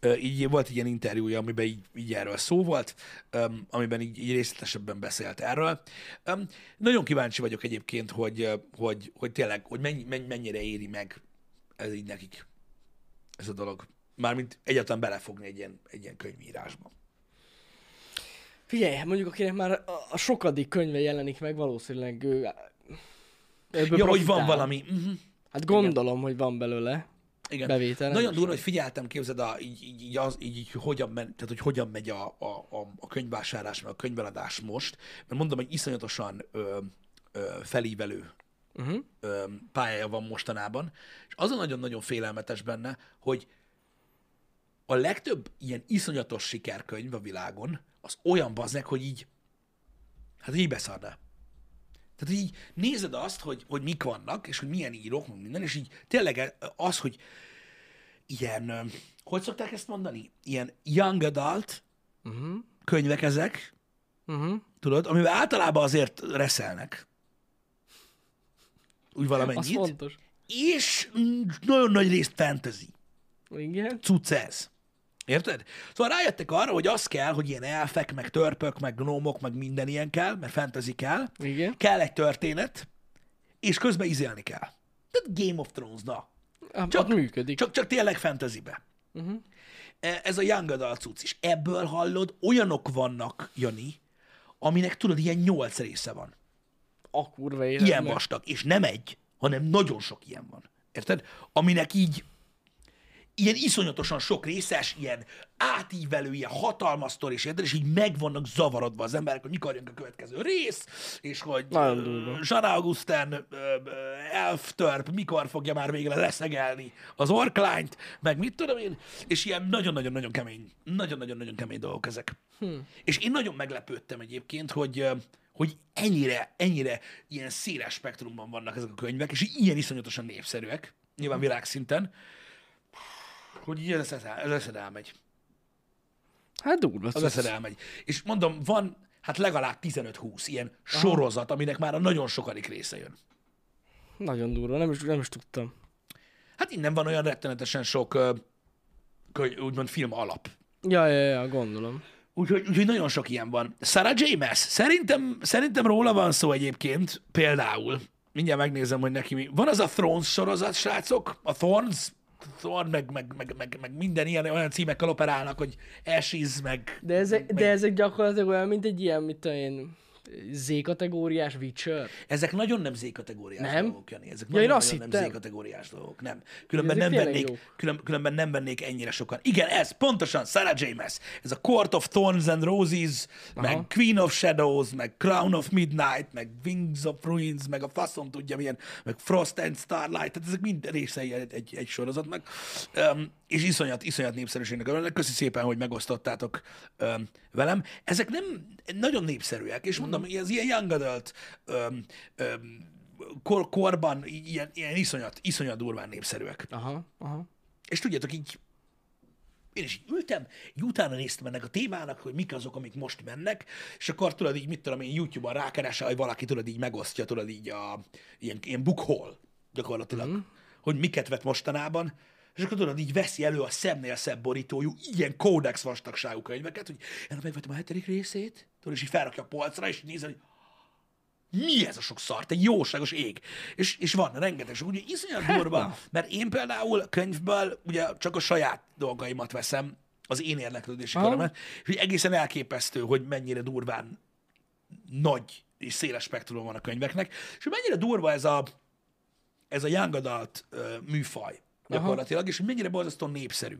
S2: Ö, így volt egy ilyen interjúja, amiben így, így erről szó volt, öm, amiben így, így részletesebben beszélt erről. Öm, nagyon kíváncsi vagyok egyébként, hogy, ö, hogy, hogy tényleg, hogy mennyi, mennyi, mennyire éri meg ez így nekik, ez a dolog. Mármint egyáltalán belefogni egy ilyen, egy ilyen könyvírásba.
S1: Figyelj, hát mondjuk akinek már a, a sokadik könyve jelenik meg, valószínűleg ő... Ebből
S2: Ja, hogy van
S1: profitál.
S2: valami. Uh-huh.
S1: Hát gondolom, hogy van belőle.
S2: Igen.
S1: Bevétel, nem
S2: Nagyon durva, hogy figyeltem, képzeld, a, így, így, így, az, így, így hogyan, men, tehát, hogy hogyan megy a, a, a, a könyvvásárlás, meg a könyveladás most, mert mondom, hogy iszonyatosan ö, ö, felívelő
S1: Uh-huh.
S2: ö, pályája van mostanában, és az a nagyon-nagyon félelmetes benne, hogy a legtöbb ilyen iszonyatos sikerkönyv a világon, az olyan baznek, hogy így, hát így beszarná. Tehát így nézed azt, hogy, hogy mik vannak, és hogy milyen írók, meg minden, és így tényleg az, hogy ilyen, ö, hogy szokták ezt mondani? Ilyen young adult
S1: Uh-huh.
S2: könyvek ezek,
S1: Uh-huh.
S2: tudod, amivel általában azért reszelnek. Úgy
S1: Az
S2: valamennyit
S1: fontos.
S2: és mm, nagyon nagy részt fantasy.
S1: Igen.
S2: Cucc ez. Érted? Szóval rájöttek arra, hogy az kell, hogy ilyen elfek, meg törpök, meg gnómok, meg minden ilyen kell, mert fantasy kell.
S1: Igen.
S2: Kell egy történet, és közben izélni kell. Tehát Game of Thrones, na.
S1: Hát,
S2: Csak-
S1: Csak működik.
S2: Csak, csak tényleg fantasybe. Uh-huh. Ez a Young Adult cucc is. Ebből hallod, olyanok vannak, Jani, aminek tudod, ilyen nyolc része van.
S1: A kurva életben.
S2: ilyen vastag, és nem egy, hanem nagyon sok ilyen van. Érted? Aminek így ilyen iszonyatosan sok részes, ilyen átívelő, ilyen hatalmas sztori, és érted, és így meg vannak zavarodva az emberek, hogy mikor jön a következő rész, és hogy
S1: Nagyon durva.
S2: Jean Augusten elftörp, mikor fogja már végre leszegelni az orklányt, meg mit tudom én, és ilyen nagyon-nagyon-nagyon kemény, nagyon-nagyon-nagyon kemény dolgok ezek. Hm. És én nagyon meglepődtem egyébként, hogy, ö, hogy ennyire, ennyire ilyen széles spektrumban vannak ezek a könyvek, és ilyen iszonyatosan népszerűek, nyilván
S1: Hm.
S2: világszinten, hogy így ez eszed, el- ez eszed elmegy.
S1: Hát durva.
S2: Az
S1: cucc.
S2: eszed elmegy. És mondom, van hát legalább 15-20 ilyen sorozat, aminek már a nagyon sokadik része jön.
S1: Nagyon durva, nem is, nem is tudtam.
S2: Hát innen van olyan rettenetesen sok ö, könyv, úgymond film alap.
S1: Ja, ja, ja, gondolom.
S2: Úgyhogy, úgyhogy nagyon sok ilyen van. Sarah J. Maas. Szerintem, szerintem róla van szó egyébként, például. Mindjárt megnézem, hogy neki mi. Van az a Thrones sorozat, srácok? A Thorns? Thor, meg, meg, meg, meg, meg minden ilyen olyan címekkel operálnak, hogy Ashes, meg...
S1: De ezek, de ezek gyakorlatilag olyan, mint egy ilyen, mit tudom én, Z-kategóriás Witcher.
S2: Ezek nagyon nem Z-kategóriás
S1: Nem?
S2: dolgok, Jani. Ezek
S1: Ja, én
S2: nagyon,
S1: azt
S2: nagyon nem
S1: hittem.
S2: Z-kategóriás dolgok, nem. Különben
S1: Ezek
S2: nem,
S1: tényleg
S2: vennék,
S1: jók.
S2: külön, különben nem vennék ennyire sokan. Igen, ez pontosan Sarah James. Ez a Court of Thorns and Roses, meg Queen of Shadows, meg Crown of Midnight, meg Wings of Ruins, meg a faszom tudja milyen, meg Frost and Starlight, tehát ezek mind részei egy, egy, egy sorozatnak. Um, és iszonyat, iszonyat népszerűségnek örülnek. Köszi szépen, hogy megosztottátok um, velem. Ezek nem nagyon népszerűek, és mondom, mm. az ilyen young adult um, um, kor, korban így ilyen, ilyen iszonyat, iszonyat durván népszerűek.
S1: Aha, aha.
S2: És tudjátok, így én is így ültem, így utána néztem ennek a témának, hogy mik azok, amik most mennek, és akkor tudod így, mit tudom én, YouTube-on rákeresel, hogy valaki tudod így megosztja, tudod így a, ilyen, ilyen bookhole gyakorlatilag, mm. hogy miket vett mostanában, és akkor tudod, így veszi elő a szemnél szebb borítójú, ilyen kódex vastagságú könyveket, hogy én megvettem a hetedik részét, tudod, és így felrakja a polcra, és így nézel, hogy mi ez a sok szart, egy jóságos ég. És, és van rengeteg sok, ugye iszonyat durva, mert én például könyvből ugye csak a saját dolgaimat veszem, az én érdeklődési
S1: Aha.
S2: körömet, és ugye egészen elképesztő, hogy mennyire durván nagy és széles spektrum van a könyveknek, és hogy mennyire durva ez a, ez a young adult ö, műfaj gyakorlatilag, Aha. és hogy mennyire borzasztóan népszerű.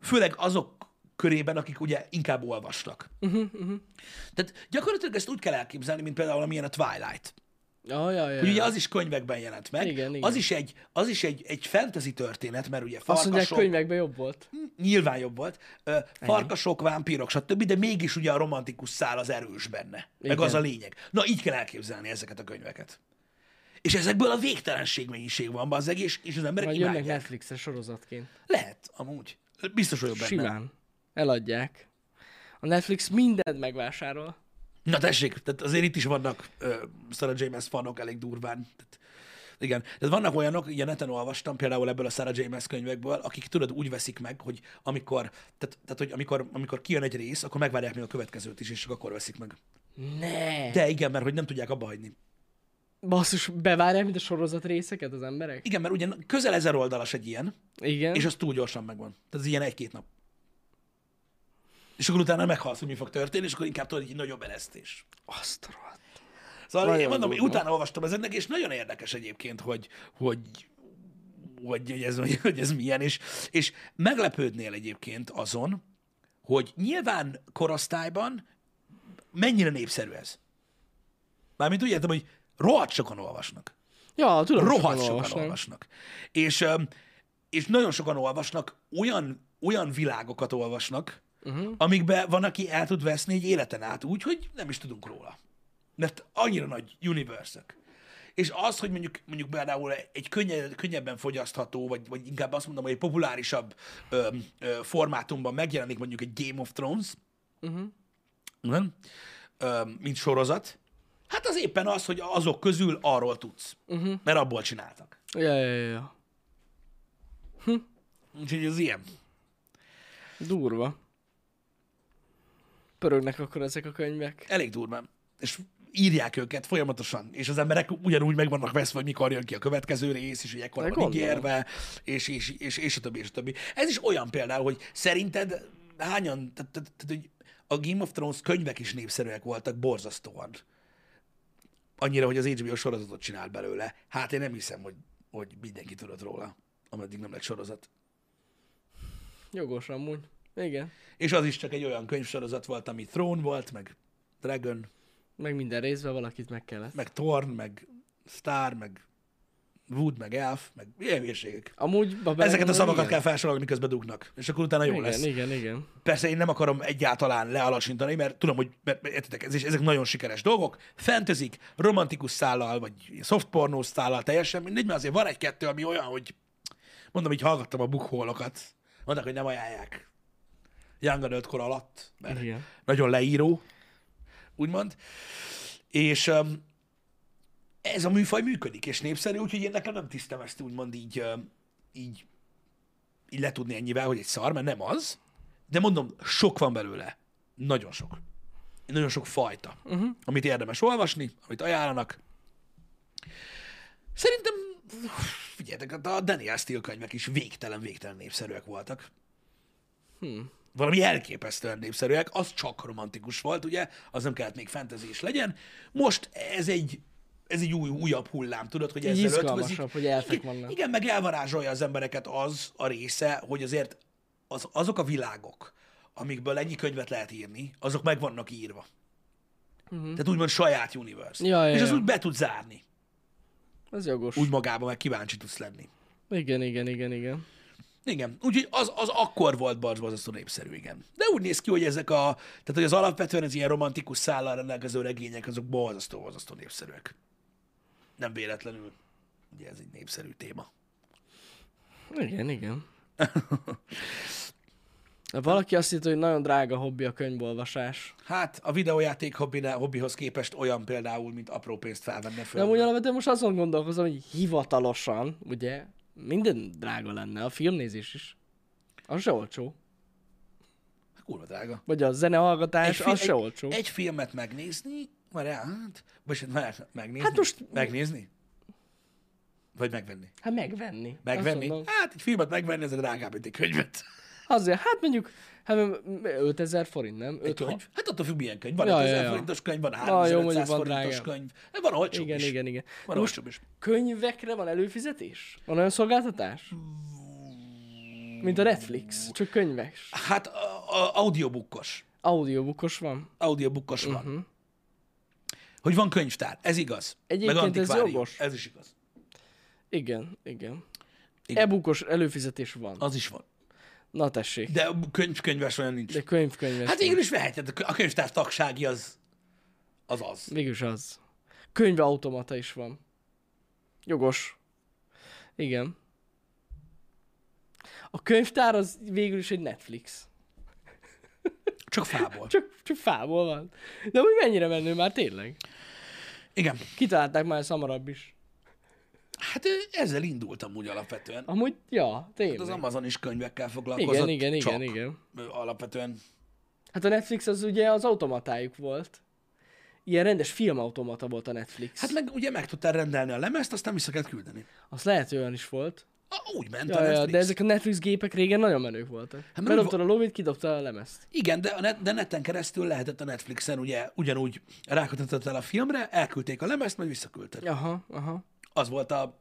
S2: Főleg azok körében, akik ugye inkább olvasnak. Uh-huh, uh-huh. Tehát gyakorlatilag ezt úgy kell elképzelni, mint például amilyen a Twilight.
S1: Ja, ja, ja.
S2: Hogy ugye az is könyvekben jelent meg.
S1: Igen, igen.
S2: Az is egy, az is egy, egy fantasy történet, mert ugye
S1: Azt mondják,
S2: farkasok,
S1: könyvekben jobb volt.
S2: nyilván jobb volt, ö, farkasok, vámpírok, stb., de mégis ugye a romantikus szál az erős benne. Meg
S1: Igen.
S2: az a lényeg. Na, így kell elképzelni ezeket a könyveket. És ezekből a végtelenség mennyiség van be az egész, és az emberek
S1: Majd
S2: imádják.
S1: jönnek Netflixre sorozatként.
S2: Lehet, amúgy. Biztos vagyok benne.
S1: Simán. Eladják. A Netflix mindent megvásárol.
S2: Na tessék, tehát azért itt is vannak uh, Sarah James fanok elég durván. Tehát, igen, tehát vannak olyanok, ilyen neten olvastam például ebből a Sarah James könyvekből, akik tudod úgy veszik meg, hogy amikor, tehát, tehát hogy amikor, amikor kijön egy rész, akkor megvárják még a következőt is, és csak akkor veszik meg.
S1: Ne!
S2: De igen, mert hogy nem tudják abba hagyni.
S1: Basszus, bevárják mint a sorozat részeket az emberek?
S2: Igen, mert ugyan közel ezer oldalas egy ilyen,
S1: Igen.
S2: és az túl gyorsan megvan. Tehát ez ilyen egy-két nap. És akkor utána meghalsz, hogy mi fog történni, és akkor inkább tudod, egy nagyobb elesztés.
S1: Azt a rohadt.
S2: Szóval
S1: Nagyon
S2: én mondom, hogy
S1: durva.
S2: utána olvastam ezeknek, és nagyon érdekes egyébként, hogy, hogy, hogy, hogy, ez, hogy ez milyen, és, és meglepődnél egyébként azon, hogy nyilván korosztályban mennyire népszerű ez. Mármint úgy értem, hogy rohadt sokan olvasnak.
S1: Ja, tudom,
S2: Rohadt sokan olvasnak. És, öm, és nagyon sokan olvasnak, olyan, olyan világokat olvasnak, uh-huh. amikbe van, aki el tud veszni egy életen át úgy, hogy nem is tudunk róla. Mert annyira nagy universe És az, hogy mondjuk, mondjuk például egy könnye, könnyebben fogyasztható, vagy, vagy inkább azt mondom, hogy egy populárisabb ö, ö, formátumban megjelenik mondjuk egy Game of Thrones, uh-huh. nem? Ö, mint sorozat, hát az éppen az, hogy azok közül arról tudsz. Uh-huh. Mert abból csináltak.
S1: Ja, ja, ja, ja.
S2: Úgyhogy ez ilyen.
S1: Durva. Pörögnek akkor ezek a könyvek.
S2: Elég durván. És írják őket folyamatosan, és az emberek ugyanúgy meg vannak veszve, hogy mikor jön ki a következő rész, és hogy ekkor
S1: De
S2: van
S1: gondolom.
S2: ígérve, és, és, és, és a többi, és a többi. Ez is olyan például, hogy szerinted hányan, tehát, tehát, tehát hogy a Game of Thrones könyvek is népszerűek voltak borzasztóan. Annyira, hogy az HBO sorozatot csinál belőle. Hát én nem hiszem, hogy, hogy mindenki tudott róla, ameddig nem lett sorozat.
S1: Jogos amúgy. Igen.
S2: És az is csak egy olyan könyvsorozat volt, ami Throne volt, meg Dragon,
S1: Meg minden részben valakit meg kellett.
S2: meg Thorn, meg Star, meg Wood, meg Elf, meg ilyen hülyeségek.
S1: Amúgy, ha
S2: Ezeket a
S1: belegondolod,
S2: szavakat
S1: igen.
S2: kell felsorolni, miközben dugnak, és akkor utána jó
S1: igen,
S2: lesz.
S1: Igen, igen,
S2: Persze én nem akarom egyáltalán lealacsintani, mert tudom, hogy mert, mert értitek, ez, ezek nagyon sikeres dolgok, fentezik, romantikus szállal, vagy softpornó szállal, teljesen mindegy, mert azért van egy-kettő, ami olyan, hogy mondom, így hallgattam a bukholokat, mondták, hogy nem ajánlják Young Adult kor alatt, mert
S1: igen.
S2: nagyon leíró, úgymond. És um, ez a műfaj működik, és népszerű, úgyhogy én nekem nem tisztem ezt úgymond így, um, így, így letudni ennyivel, hogy egy szar, mert nem az. De mondom, sok van belőle. Nagyon sok. Nagyon sok fajta, uh-huh. amit érdemes olvasni, amit ajánlanak. Szerintem Figyeljetek, hát a Daniel Steele könyvek is végtelen, végtelen népszerűek voltak. Hmm.
S1: Hmm.
S2: Valami elképesztően népszerűek, az csak romantikus volt, ugye? Az nem kellett még fantasy is legyen. Most ez egy ez egy új, újabb hullám, tudod, hogy ezzel
S1: izgalmasabb,
S2: ötvözik.
S1: hogy elfek
S2: Igen,
S1: vannak.
S2: Igen, meg elvarázsolja az embereket az a része, hogy azért az, azok a világok, amikből ennyi könyvet lehet írni, azok meg vannak írva. Uh-huh. Tehát úgymond saját universe.
S1: Mhm. Ja, ja,
S2: És az
S1: ja.
S2: úgy be tud zárni.
S1: Ez jogos.
S2: Úgy magába meg kíváncsi tudsz lenni.
S1: Igen, igen, igen, igen.
S2: Igen, úgyhogy az, az akkor volt barzbazasztó népszerű, igen. De úgy néz ki, hogy ezek a, tehát hogy az alapvetően az ilyen romantikus szállal rendelkező regények, azok borzasztó, borzasztó népszerűek. Nem véletlenül. Ugye ez egy népszerű téma.
S1: Igen, igen. Valaki azt hitt, hogy nagyon drága hobbi a könyvolvasás.
S2: Hát a videójáték hobbine, hobbihoz képest olyan például, mint apró pénzt felvenne föl.
S1: De amúgy alapvetően most azon gondolkozom, hogy hivatalosan, ugye, minden drága lenne, a filmnézés is. Az se olcsó.
S2: Kurva drága.
S1: Vagy a zenehallgatás,
S2: fi-
S1: az se olcsó.
S2: egy filmet megnézni, már hát, vagy már megnézni.
S1: Hát most-
S2: Megnézni? Vagy megvenni?
S1: Hát megvenni. Azt
S2: Megvenni?
S1: mondom.
S2: Hát egy filmet megvenni, ez drágább, mint egy könyvet.
S1: Azért, hát mondjuk hát m- m- 5000 forint, nem?
S2: Egy
S1: 5
S2: könyv? Hát attól függ, milyen könyv. Van
S1: Ja,
S2: 5000
S1: ja, ja.
S2: forintos könyv, van
S1: jó,
S2: 3500
S1: mondjuk van
S2: forintos
S1: drágább.
S2: könyv. Hát Van olcsóbb
S1: Igen,
S2: is.
S1: igen, igen.
S2: Van
S1: Most
S2: olcsóbb is.
S1: könyvekre van előfizetés? Van olyan szolgáltatás? Mint a Netflix, csak könyves.
S2: Hát a, a, audiobookos.
S1: Audiobookos van.
S2: Audiobookos
S1: Mhm.
S2: van. Hogy van könyvtár, ez igaz.
S1: Egyébként
S2: Meg
S1: ez
S2: antikvárium.
S1: jogos.
S2: Ez is igaz.
S1: Igen, igen.
S2: Igen.
S1: igen. E-bookos előfizetés van.
S2: Az is van.
S1: Na tessék.
S2: De könyv, könyves olyan nincs.
S1: De könyv-könyves.
S2: hát végül is veheted, a kö- a könyvtár tagsági az az. az.
S1: Végülis az. Könyvautomata is van. Jogos. Igen. A könyvtár az végül is egy Netflix.
S2: Csak fából.
S1: Csak, csak fából van. De hogy mennyire menő már tényleg?
S2: Igen.
S1: Kitalálták már ezt hamarabb is.
S2: Hát ö, ezzel indultam úgy alapvetően.
S1: Amúgy, ja, tényleg.
S2: Hát Az Amazon is könyvekkel foglalkozott.
S1: Ah, igen, igen, igen,
S2: csak
S1: igen.
S2: ö, Alapvetően
S1: Hát a Netflix az ugye az automatájuk volt. Ilyen rendes filmautomata volt a Netflix.
S2: Hát meg ugye meg tudtál rendelni a lemezt, aztán vissza kellett küldeni.
S1: Az lehet, hogy olyan is volt.
S2: A, úgy ment a
S1: Ja, ja,
S2: Netflix.
S1: de ezek a Netflix gépek régen nagyon menők voltak. Hát,
S2: mert
S1: Bedobtad a lovit, kidobtad a lemezt.
S2: Igen, de, a net, de neten keresztül lehetett a Netflixen ugye ugyanúgy rákutattál a filmre, elküldték a lemezt, majd visszaküldted. Ja.
S1: Aha, aha.
S2: Az volt a...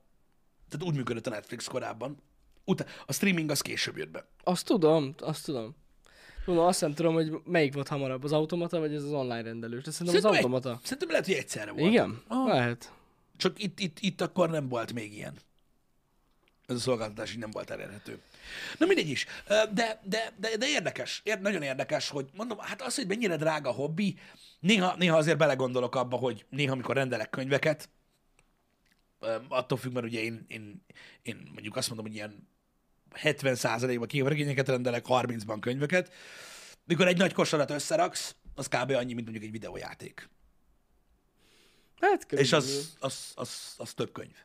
S2: Tehát úgy működött a Netflix korábban. Uta, a streaming az később jött be.
S1: Azt tudom, azt tudom. Tudom, azt nem tudom, hogy melyik volt hamarabb, az automata, vagy ez az online rendelős. De szerintem, az
S2: Szerintem,
S1: automata.
S2: egy, szerintem lehet, hogy egyszerre volt.
S1: Igen?
S2: Ah.
S1: Lehet.
S2: Csak itt, itt, itt akkor nem volt még ilyen. Ez a szolgáltatás így nem volt elérhető. Na mindegy is. Ö, De, de, de, de érdekes, ér, nagyon érdekes, hogy mondom, hát az, hogy mennyire drága hobbi, néha, néha azért belegondolok abba, hogy néha, amikor rendelek könyveket, ö, attól függ, mert ugye én, én, én mondjuk azt mondom, hogy ilyen 70%-ban képregényeket rendelek, 30-ban könyveket. Mikor egy nagy kosarat összeraksz, az kb. annyi, mint mondjuk egy videójáték.
S1: Hát
S2: És
S1: körülbelül.
S2: az, az, az, az több könyv.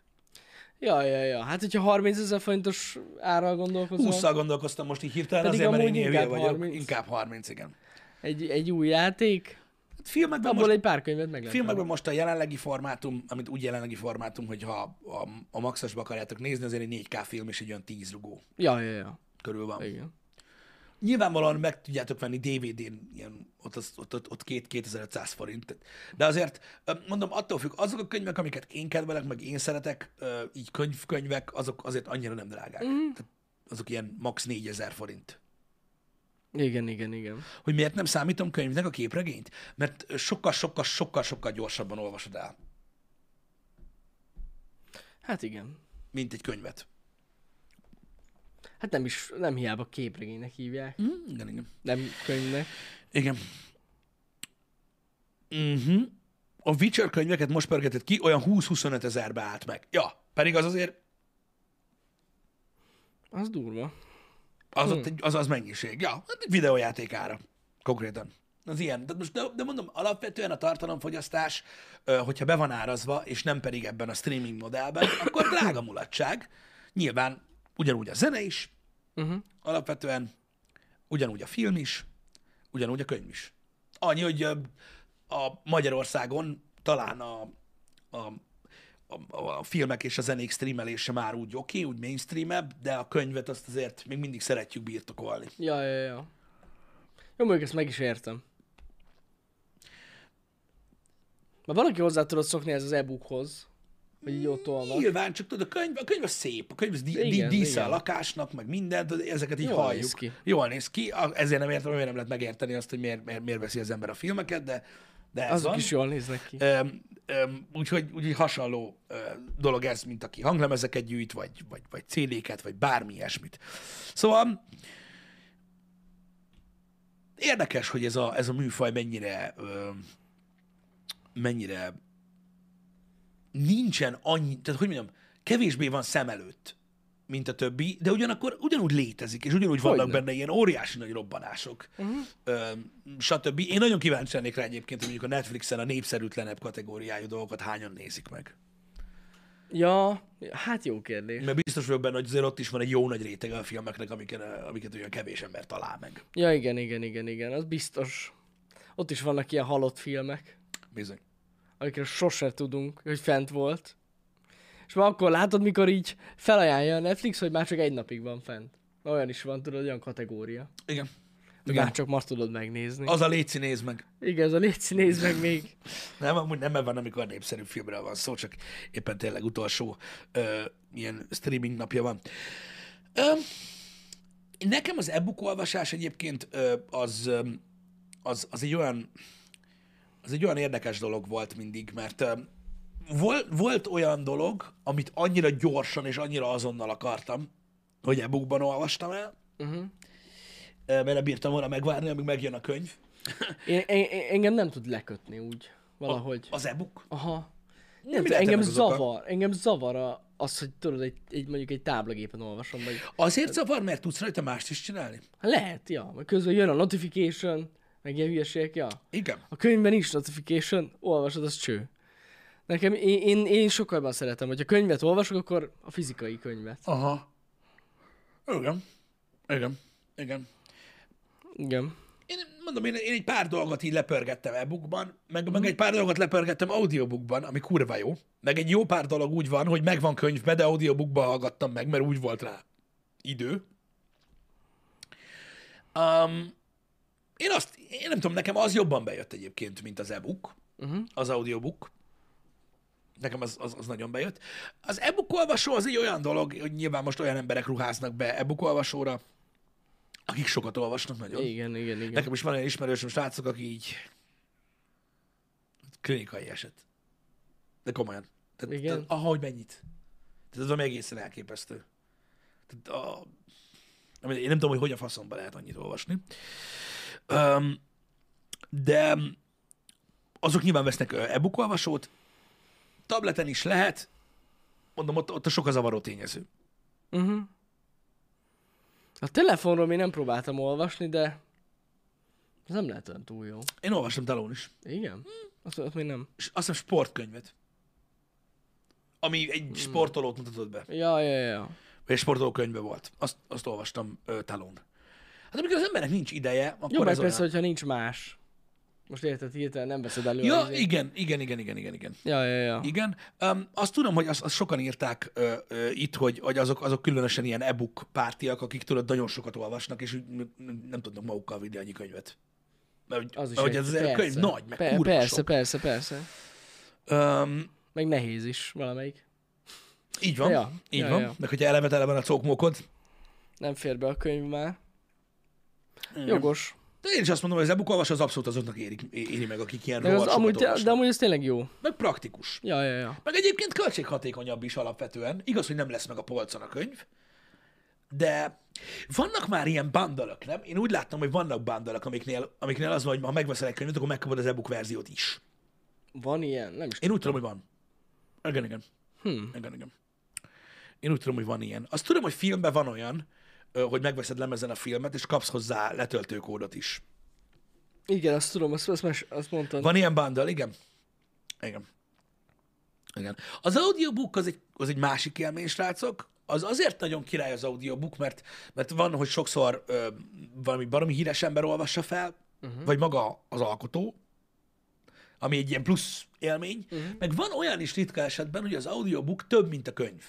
S1: Ja, ja, ja. Hát, hogyha 30 ezer forintos árral gondolkozol,
S2: 20 gondolkoztam most így hirtelen,
S1: Pedig
S2: azért, mert én
S1: amúgy
S2: ilyen hülye
S1: inkább
S2: vagyok.
S1: 30.
S2: Inkább 30, igen.
S1: egy, egy új játék,
S2: Hát filmekben,
S1: abból
S2: most,
S1: egy pár könyvet meg lehet venni.
S2: filmekben most a jelenlegi formátum, amit úgy jelenlegi formátum, hogy ha a, a maxosba akarjátok nézni, azért egy 4K film és egy olyan 10 rugó
S1: Ja, ja, ja.
S2: körül van.
S1: Igen.
S2: Nyilvánvalóan meg tudjátok venni DVD-n, ilyen, ott, az, ott, ott, ott két, 2500 forint. De azért, ö, mondom, attól függ, azok a könyvek, amiket én kedvelek, meg én szeretek, ö, így könyvkönyvek, azok azért annyira nem drágák.
S1: Mhm.
S2: Mm. Azok ilyen max 4000 forint.
S1: Igen, igen, igen.
S2: hogy miért nem számítom könyvnek a képregényt? Mert sokkal-sokkal-sokkal-sokkal gyorsabban olvasod el,
S1: Hát igen.
S2: mint egy könyvet.
S1: Hát nem is, nem hiába képregénynek hívják,
S2: Mm, igen, igen.
S1: nem könyvnek.
S2: Igen. Uh-huh. A Witcher könyveket most pörgetett ki, olyan 20-25 ezerbe állt meg. Ja, pedig az azért,
S1: Az durva.
S2: az, ott egy, az, az mennyiség. Ja, hát egy videójáték ára. Konkrétan. Az ilyen. De, most, de, de mondom, alapvetően a tartalomfogyasztás, ö, hogyha be van árazva, és nem pedig ebben a streaming modellben, akkor drága mulatság. Nyilván ugyanúgy a zene is,
S1: Uh-huh.
S2: alapvetően ugyanúgy a film is, ugyanúgy a könyv is. Annyi, hogy ö, a Magyarországon talán a, a, a, a filmek és a zenék streamelése már úgy oké, okay, úgy mainstreamebb, de a könyvet azt azért még mindig szeretjük birtokolni.
S1: Ja, ja, ja. Jó, mondjuk ezt meg is értem. Már valaki hozzá tudod szokni ez az e-bookhoz, hogy így ott olvas.
S2: Nyilván, csak tudod, a könyv, a könyv az szép, a könyv az dí-
S1: Igen,
S2: igen, dísze
S1: igen.
S2: a lakásnak, meg mindent, tudod, ezeket így
S1: Jól
S2: halljuk.
S1: néz ki.
S2: Jól néz ki. A- Ezért nem értem, miért nem lehet megérteni azt, hogy miért, miért, miért veszi az ember a filmeket, de, de ez
S1: Azok
S2: van.
S1: is jól néznek ki.
S2: Öm, öm, úgyhogy, úgyhogy hasonló ö, dolog ez, mint aki hanglemezeket gyűjt, vagy, vagy, vagy CD-ket, vagy bármi ilyesmit. Szóval érdekes, hogy ez a, ez a műfaj mennyire, ö, mennyire nincsen annyi, tehát hogy mondjam, kevésbé van szem előtt, mint a többi, de ugyanakkor ugyanúgy létezik, és ugyanúgy vannak
S1: Hogyne.
S2: benne ilyen óriási nagy robbanások, uh-huh. stb. Én nagyon kíváncsi lennék rá egyébként, hogy mondjuk a Netflixen a népszerűtlenebb kategóriájú dolgokat hányan nézik meg.
S1: Ja, hát jó kérdés.
S2: Mert biztos vagyok benne, hogy azért ott is van egy jó nagy réteg a filmeknek, amiket, amiket olyan kevés ember talál meg.
S1: Ja, igen, igen, igen, igen, az biztos. Ott is vannak ilyen halott filmek.
S2: Bizony.
S1: amikről sose tudunk, hogy fent volt. És már akkor látod, mikor így felajánlja a Netflix, hogy már csak egy napig van fent. Olyan is van, tudod, olyan kategória.
S2: Igen.
S1: hogy
S2: Igen.
S1: Már csak ma tudod megnézni. A...
S2: Az a léci néz meg.
S1: Igen, ez a légy nézd meg még.
S2: Nem, amúgy nem van, amikor népszerű filmről van szó, csak éppen tényleg utolsó ö, ilyen streaming napja van. Ö, nekem az e-book olvasás egyébként ö, az, ö, az, az egy olyan az egy olyan érdekes dolog volt mindig, mert ö, volt, volt olyan dolog, amit annyira gyorsan és annyira azonnal akartam, hogy e-bookban olvastam el, uh-huh. mert nem bírtam volna megvárni, amíg megjön a könyv.
S1: Én, én, én, engem nem tud lekötni úgy. Valahogy.
S2: Az e-book.
S1: Aha. Nem,
S2: Mi
S1: tudom,
S2: lehet
S1: engem
S2: ennek az oka?
S1: zavar. Engem zavar a, az, hogy tudod, egy, egy, mondjuk egy táblagépen olvasom, vagy
S2: Azért zavar, mert tudsz rajta mást is csinálni.
S1: lehet, ja. Meg közben jön a notification, meg ilyen hülyeségek, ja.
S2: Igen.
S1: A könyvben nincs notification, olvasod, az cső. Nekem, én, én, én sokkal jobban szeretem, hogyha könyvet olvasok, akkor a fizikai könyvet.
S2: Aha. Igen. Igen. Igen.
S1: Igen.
S2: Én mondom, én, én egy pár dolgot így lepörgettem e-bookban, meg, meg egy pár dolgot lepörgettem audiobookban, ami kurva jó. Meg egy jó pár dolog úgy van, hogy megvan könyvben, de audiobookban hallgattam meg, mert úgy volt rá idő. Um, én azt, én nem tudom, nekem az jobban bejött egyébként, mint az e-book, uh-huh. az audiobook. Nekem az, az, az nagyon bejött. Az e-book olvasó az egy olyan dolog, hogy nyilván most olyan emberek ruháznak be e-book olvasóra, akik sokat olvasnak nagyon.
S1: Igen, igen, igen.
S2: Nekem is van olyan ismerősöm srácok, aki így klinikai eset. De komolyan. Tehát,
S1: Igen.
S2: Tehát, ahogy mennyit. Tehát ez valami egészen elképesztő. Tehát a... nem, Én nem tudom, hogy hogy a faszomba lehet annyit olvasni. Um, de azok nyilván vesznek ö, e-book olvasót, tableten is lehet, mondom, ott, ott a sok az zavaró tényező.
S1: Uh-huh. A telefonról még nem próbáltam olvasni, de ez nem lehet olyan túl jó.
S2: Én olvastam telón is.
S1: Igen?
S2: Hm.
S1: Azt, azt még nem.
S2: s- azt hiszem sportkönyvet. Ami
S1: Hmm.
S2: egy sportolót mutatott be.
S1: Ja, ja, ja.
S2: Vagy egy sportolókönyve volt. Azt, azt olvastam ö, talón. Hát amikor az embernek nincs ideje, akkor
S1: Jó, meg
S2: ez
S1: persze,
S2: olyan...
S1: hogyha nincs más. Most érted, hirtelen nem veszed elő.
S2: Ja,
S1: az-
S2: igen, igen, igen, igen, igen, igen.
S1: ja, ja, ja.
S2: Igen. Um, azt tudom, hogy azt, azt sokan írták ö, ö, itt, hogy, hogy azok, azok különösen ilyen e-book pártiak, akik tudod, nagyon sokat olvasnak, és úgy nem- nem- nem tudnak magukkal vinni annyi könyvet. Mert, hogy-
S1: Az is
S2: mert hogy
S1: egy-
S2: ez a könyv nagy, meg
S1: Pe-
S2: kurva
S1: Persze,
S2: sok.
S1: persze, persze.
S2: Öm,
S1: Meg nehéz is valamelyik.
S2: így van,
S1: Ja,
S2: így
S1: ja,
S2: van.
S1: ja.
S2: Meg hogyha eleve tele van a cokmókod.
S1: Nem fér be a könyv már. Jogos.
S2: De én is azt mondom, hogy az e-book olvasó az abszolút azoknak éri, éri meg, akik ilyen
S1: De, az amúgy,
S2: olvasnak.
S1: de, de amúgy ez tényleg jó.
S2: Meg praktikus.
S1: Ja, ja, ja.
S2: Meg egyébként költséghatékonyabb is alapvetően. Igaz, hogy nem lesz meg a polcon a könyv, de vannak már ilyen bandalok, nem? Én úgy láttam, hogy vannak bandalok, amiknél, amiknél az van, hogy ha megveszel egy könyvet, akkor megkapod az e-book verziót is.
S1: Van ilyen, nem is.
S2: Én úgy tudom, hogy van. Igen, igen.
S1: Hmm.
S2: Igen, igen. Én úgy tudom, hogy van ilyen. Azt tudom, hogy filmben van olyan, ö, hogy megveszed lemezen a filmet, és kapsz hozzá letöltőkódot is.
S1: Igen, azt tudom, azt, azt, mes- azt mondtad.
S2: Van ilyen bundle, igen. Igen. Igen. Az audiobook az egy, az egy másik élmény, srácok. Az azért nagyon király az audiobook, mert, mert van, hogy sokszor ö, valami, valami híres ember olvassa fel, uh-huh. vagy maga az alkotó, ami egy ilyen plusz élmény, uh-huh. meg van olyan is ritka esetben, hogy az audiobook több, mint a könyv.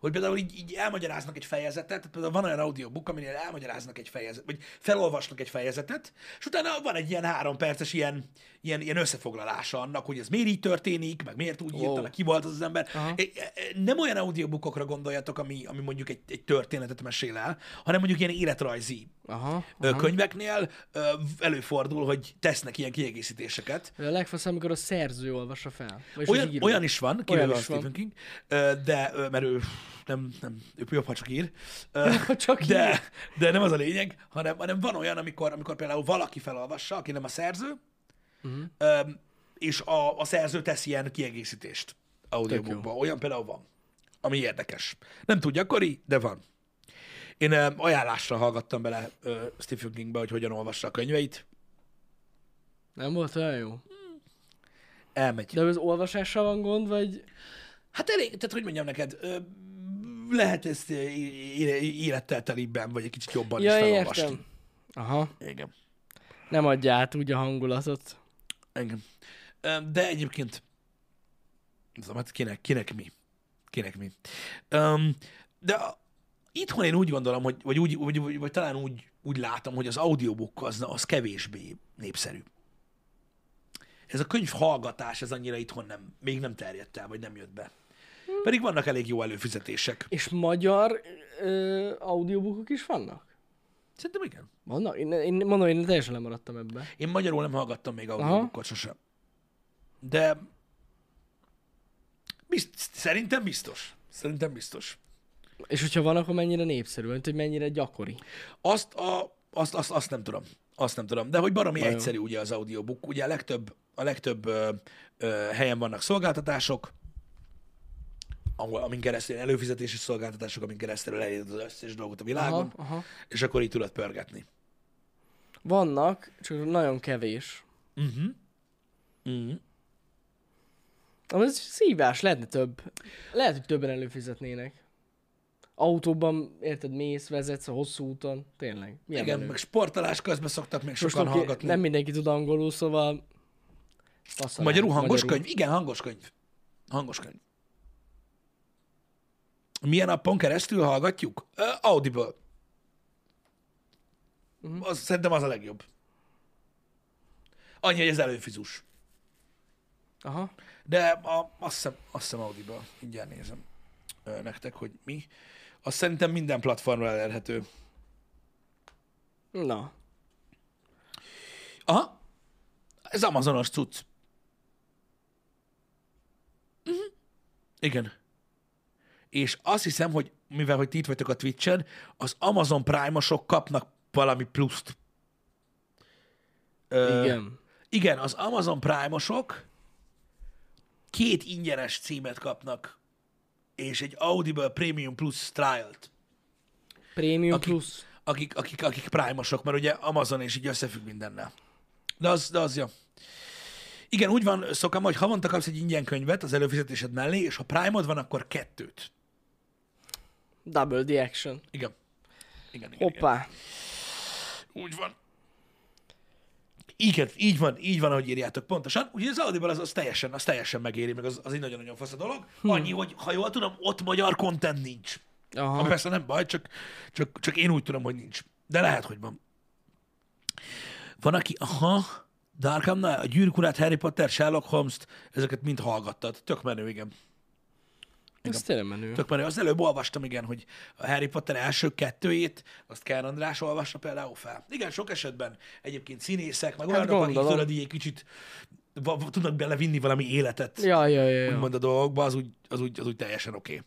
S2: Hogy például így, így elmagyaráznak egy fejezetet, tehát például van olyan audiobook, aminél elmagyaráznak egy fejezetet, vagy felolvasnak egy fejezetet, és utána van egy ilyen három perces ilyen, ilyen, ilyen összefoglalása annak, hogy ez miért így történik, meg miért úgy
S1: Wow.
S2: írta, meg ki volt az az ember.
S1: Aha.
S2: É- é- Nem olyan audiobookokra gondoljatok, ami, ami mondjuk egy, egy történetet mesél el, hanem mondjuk ilyen életrajzi
S1: Aha.
S2: Aha. könyveknél ö, előfordul, hogy tesznek ilyen kiegészítéseket.
S1: A legfaszább, amikor a szerző olvassa fel. Vagyis az
S2: Olyan,
S1: író.
S2: olyan is van, kivéve
S1: Olyan
S2: a
S1: is van.
S2: Stephen King, ö, de, ö, mert ő nem, nem, ő jobb, ha csak ír. Ö,
S1: Ha csak
S2: de,
S1: ír.
S2: de nem az a lényeg, hanem, hanem van olyan, amikor, amikor például valaki felolvassa, aki nem a szerző,
S1: Mhm.
S2: uh-huh. és a, a szerző tesz ilyen kiegészítést audiobookba. Olyan például van, ami érdekes. Nem tudja, gyakori, de van. Én ö, ajánlásra hallgattam bele ö, Stephen Kingbe, hogy hogyan olvassa a könyveit.
S1: Nem volt olyan jó.
S2: Elmegy.
S1: De az olvasással van gond, vagy...
S2: Hát elég, tehát hogy mondjam neked, ö, lehet ezt ö, é- é- élettel telibben, vagy egy kicsit jobban is
S1: Ja,
S2: felolvasni.
S1: értem. Aha.
S2: Igen.
S1: Nem adja át úgy a hangulatot.
S2: Igen. Ö, De egyébként, nem tudom, hát kinek, kinek mi? Kinek mi? Öm, de a, itthon én úgy gondolom, hogy, vagy, úgy, vagy, vagy, vagy talán úgy, úgy látom, hogy az audiobook az, az kevésbé népszerű. Ez a könyv hallgatás, ez annyira itthon nem, még nem terjedt el, vagy nem jött be.
S1: Hm.
S2: Pedig vannak elég jó előfizetések.
S1: És magyar ö, audiobookok is vannak?
S2: Szerintem igen.
S1: Vannak? Én, én mondom, én teljesen lemaradtam ebben.
S2: Én magyarul nem hallgattam még audiobookot sosem. De bizt, szerintem biztos. Szerintem biztos.
S1: És hogyha van, akkor mennyire népszerű, mint hogy mennyire gyakori.
S2: Azt, a, azt, azt, azt nem tudom. Azt nem tudom. De hogy baromi
S1: Vajon?
S2: egyszerű ugye az audiobook. Ugye a legtöbb, a legtöbb ö, ö, helyen vannak szolgáltatások, ahol, amin keresztül előfizetési szolgáltatások, amin keresztül elérjed az összes dolgot a világon,
S1: Aha,
S2: Aha.
S1: aha.
S2: és akkor így tudod pörgetni.
S1: Vannak, csak nagyon kevés. Mhm.
S2: Uh-huh. Uh-huh.
S1: Ami ez szívás, lehetne több. Lehet, hogy többen előfizetnének. Autóban, érted, mész, vezetsz a hosszú úton. Tényleg. Milyen
S2: Igen,
S1: menő.
S2: meg sportolás közben szoktak még
S1: Most
S2: sokan
S1: oké,
S2: hallgatni.
S1: Nem mindenki tud angolul, szóval... Faszalán,
S2: Magyarul hangos könyv? Igen, hangos könyv. Hangos könyv. Milyen appon keresztül hallgatjuk? Uh, Audible. Uh-huh. Az, szerintem az a legjobb. Annyi, hogy ez előfizus.
S1: Aha.
S2: De a, azt, hiszem, azt hiszem Audible. Mindjárt nézem ö, nektek, hogy mi. Azt szerintem minden platformra elérhető.
S1: Na.
S2: Aha. Ez Amazonos cucc. Uh-huh. Igen. És azt hiszem, hogy mivel hogy ti itt vagytok a Twitch-en, az Amazon Prime-osok kapnak valami pluszt. Ö,
S1: Igen.
S2: igen, az Amazon Prime-osok két ingyenes címet kapnak, és egy Audible Premium Plus trial-t
S1: Premium
S2: aki-
S1: plusz.
S2: akik, akik, akik prime-osok, mert ugye Amazon és így összefügg mindennel. De az, de az jó. Igen, úgy van szokam, hogy havonta kapsz egy ingyen könyvet az előfizetésed mellé, és ha prime van, akkor kettőt.
S1: Double the action.
S2: Igen. Igen, igen, igen.
S1: Hoppá.
S2: Úgy van. Igen, így van, így van, ahogy írjátok pontosan. Ugye az Audible az, az, teljesen, az teljesen megéri, meg az, az egy nagyon-nagyon fasz a dolog. Annyi, hogy ha jól tudom, ott magyar content nincs.
S1: Aha.
S2: Ami persze nem baj, csak, csak, csak én úgy tudom, hogy nincs. De lehet, hogy van. Van, aki, aha, Darkham Knight, a gyűrkurát, Harry Potter, Sherlock Holmes-t, ezeket mind hallgattad. Tök menő, igen.
S1: Ez tényleg menő.
S2: Tök menő. Az előbb olvastam, igen, hogy a Harry Potter első kettőjét, azt Kern András olvasta például fel. Igen, sok esetben egyébként színészek, meg olyanok, akik
S1: gondolom.
S2: tudod, így egy kicsit va- va- tudnak belevinni valami életet
S1: Ja, ja, ja, ja.
S2: úgymond a dolgokba, az úgy, az úgy, az úgy teljesen oké. Okay.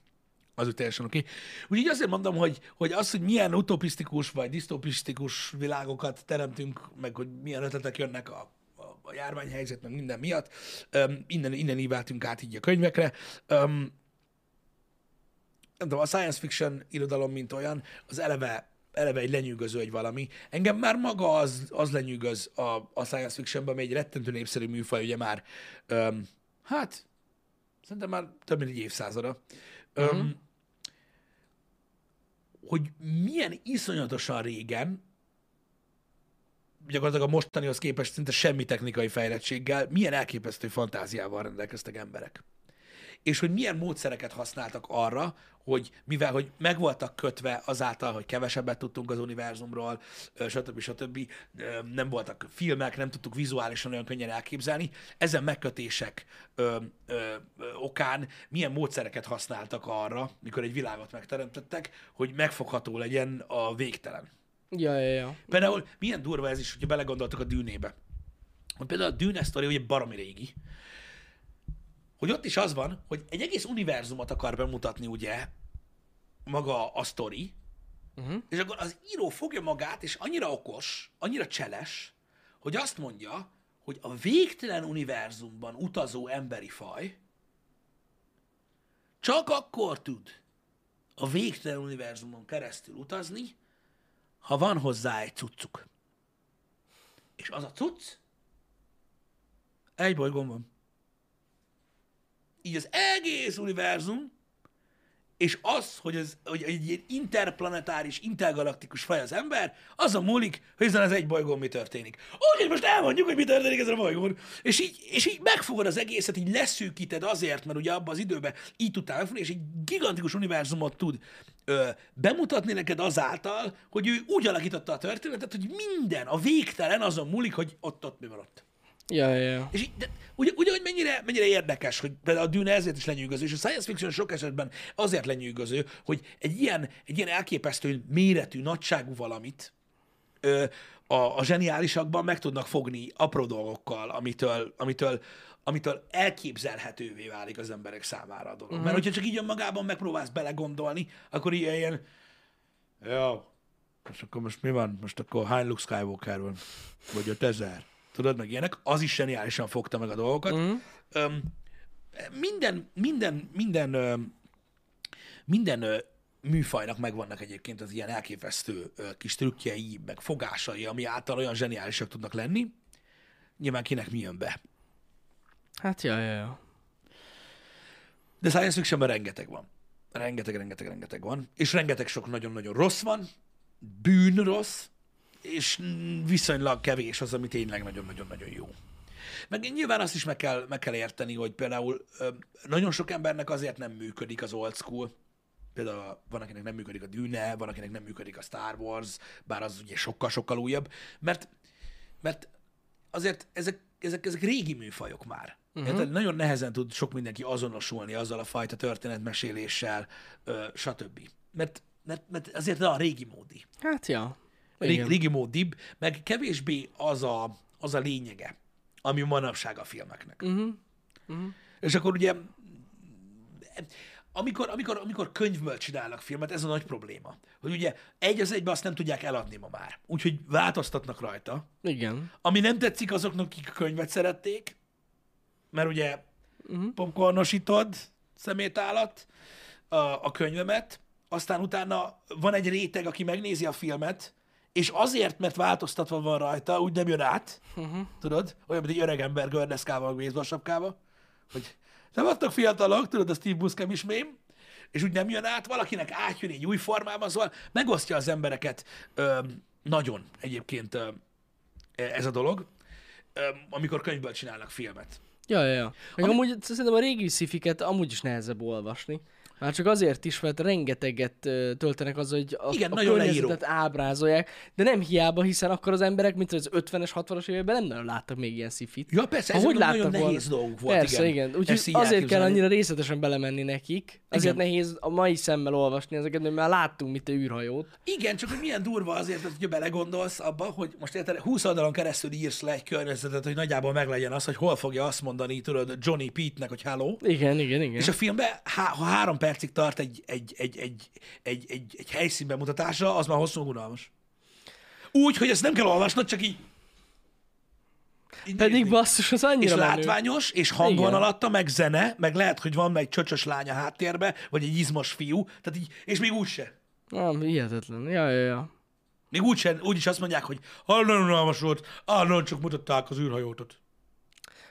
S2: Az úgy teljesen oké. Okay. Úgyhogy azért mondom, hogy, hogy az, hogy milyen utopisztikus vagy disztopisztikus világokat teremtünk, meg hogy milyen ötletek jönnek a, a, a járványhelyzet, meg minden miatt, öm, innen, innen íváltunk át így a könyvekre. Öm, nem tudom, a science fiction irodalom, mint olyan, az eleve, eleve egy lenyűgöző egy valami. Engem már maga az, az lenyűgöz a, a science fictionben, ami egy rettentő népszerű műfaj, ugye már, öm, hát szerintem már több mint egy évszázada, öm, uh-huh. hogy milyen iszonyatosan régen gyakorlatilag a mostanihoz képest szinte semmi technikai fejlettséggel, milyen elképesztő fantáziával rendelkeztek emberek. És hogy milyen módszereket használtak arra, hogy mivel hogy meg voltak kötve azáltal, hogy kevesebbet tudtunk az univerzumról, ö, stb. stb. ö, nem voltak filmek, nem tudtuk vizuálisan olyan könnyen elképzelni, ezen megkötések ö, ö, ö, okán milyen módszereket használtak arra, mikor egy világot megteremtettek, hogy megfogható legyen a végtelen.
S1: Ja, ja, ja.
S2: Például milyen durva ez is, hogyha belegondoltak a dűnébe. Hogy például a dűne sztori ugye baromi régi. Hogy ott is az van, hogy egy egész univerzumot akar bemutatni ugye maga a sztori, uh-huh. és akkor az író fogja magát, és annyira okos, annyira cseles, hogy azt mondja, hogy a végtelen univerzumban utazó emberi faj csak akkor tud a végtelen univerzumon keresztül utazni, ha van hozzá egy cuccuk. És az a cucc egy bolygón van. Így az egész univerzum, és az, hogy, ez, hogy egy ilyen interplanetáris, intergalaktikus faj az ember, az a múlik, hogy ezen az egy bolygón mi történik. Úgyhogy most elmondjuk, hogy mi történik ezen a bolygón. És így, és így megfogod az egészet, így leszűkíted azért, mert ugye abban az időben így tudtál megfogni, és egy gigantikus univerzumot tud ö, bemutatni neked azáltal, hogy ő úgy alakította a történetet, hogy minden, a végtelen azon múlik, hogy ott-ott mi van ott.
S1: Ja, ja, ja.
S2: És így, de, ugye, ugye, hogy mennyire, mennyire érdekes, hogy például a Dűne ezért is lenyűgöző, és a science fiction sok esetben azért lenyűgöző, hogy egy ilyen, egy ilyen elképesztő méretű, nagyságú valamit ö, a, a zseniálisakban meg tudnak fogni apró dolgokkal, amitől, amitől, amitől elképzelhetővé válik az emberek számára a dolog. Mm. Mert hogyha csak így önmagában megpróbálsz belegondolni, akkor ilyen, ilyen jó, és akkor most mi van? Most akkor hány Luke Skywalker van? Vagy öt ezer? Tudod, meg ilyenek. Az is zseniálisan fogta meg a dolgokat. Mm. Öm, minden, minden, minden, öm, minden ö, műfajnak megvannak egyébként az ilyen elképesztő ö, kis trükkjei, meg fogásai, ami által olyan zseniálisak tudnak lenni. Nyilván kinek mi jön be.
S1: Hát ja, ja, ja.
S2: De science fictionben rengeteg van. Rengeteg, rengeteg, rengeteg van. És rengeteg sok nagyon-nagyon rossz van, bűn rossz, és mm, viszonylag kevés az, ami tényleg nagyon-nagyon-nagyon jó. Meg nyilván azt is meg kell, meg kell érteni, hogy például ö, nagyon sok embernek azért nem működik az old school. Például van, akinek nem működik a Dűne, van, akinek nem működik a Star Wars, bár az ugye sokkal-sokkal újabb, mert, mert azért ezek, ezek, ezek régi műfajok már. Uh-huh. Tehát nagyon nehezen tud sok mindenki azonosulni azzal a fajta történetmeséléssel, ö, stb. Mert, mert, mert azért a régi módi.
S1: Hát ja.
S2: Rég,
S1: Igen.
S2: régi módibb, meg kevésbé az a, az a lényege, ami manapság a filmeknek. Uh-huh. Uh-huh. És akkor ugye, amikor, amikor, amikor könyvből csinálnak filmet, ez a nagy probléma. Hogy ugye egy az egybe azt nem tudják eladni ma már. Úgyhogy változtatnak rajta.
S1: Igen.
S2: Ami nem tetszik azoknak, akik a könyvet szerették, mert ugye uh-huh. popcornosítod szemétállat a, a könyvemet, aztán utána van egy réteg, aki megnézi a filmet, és azért, mert változtatva van rajta, úgy nem jön át, uh-huh. tudod, olyan, mint egy öreg ember gördeszkával, meg baseball hogy nem adtak fiatalok, tudod, a Steve Buscemi is mém, és úgy nem jön át, valakinek átjön egy új formában, szóval megosztja az embereket ö, nagyon egyébként ö, e, ez a dolog, ö, amikor könyvből csinálnak filmet.
S1: Ja, ja, ja. Meg amúgy szerintem a régi szifiket amúgy is nehezebb olvasni. Már csak azért is, mert rengeteget ö, töltenek az, hogy a,
S2: Igen,
S1: a
S2: nagyon leíró.
S1: környezetet ábrázolják, de nem hiába, hiszen akkor az emberek, mint az 50-es, 60-as években nem nagyon láttak még ilyen szifit.
S2: Ja, persze,
S1: Ahogy
S2: ez nagyon
S1: láttak volna.
S2: nehéz dolguk volt.
S1: Persze, igen.
S2: Ezt
S1: Úgyhogy
S2: így
S1: azért kell
S2: elképzelni.
S1: annyira részletesen belemenni nekik. Azért nehéz a mai szemmel olvasni ezeket, mert már láttunk mit a űrhajót.
S2: Igen, csak hogy milyen durva azért, hogy belegondolsz abba, hogy most érted, 20 oldalon keresztül írsz le egy környezetet, hogy nagyjából meglegyen az, hogy hol fogja azt mondani, tudod, Johnny Pete-nek, hogy hello.
S1: Igen, igen, igen.
S2: És a filmben, há- ha három percig tart egy, egy, egy, egy, egy, egy, egy helyszín bemutatása, az már hosszú unalmas. Úgy, hogy ezt nem kell olvasnod, csak így. így
S1: Pedig
S2: nézni.
S1: basszus, az
S2: és
S1: annyira menő.
S2: látványos, és hang van
S1: Igen.
S2: alatta, meg zene, meg lehet, hogy van egy csöcsös lány a háttérbe, vagy egy izmos fiú, tehát így, és még úgy se.
S1: Nem, hihetetlen. Ja, ja, ja.
S2: Még úgy, sem, úgy is azt mondják, hogy ha nagyon unalmas volt, állandóan csak mutatták az űrhajótot.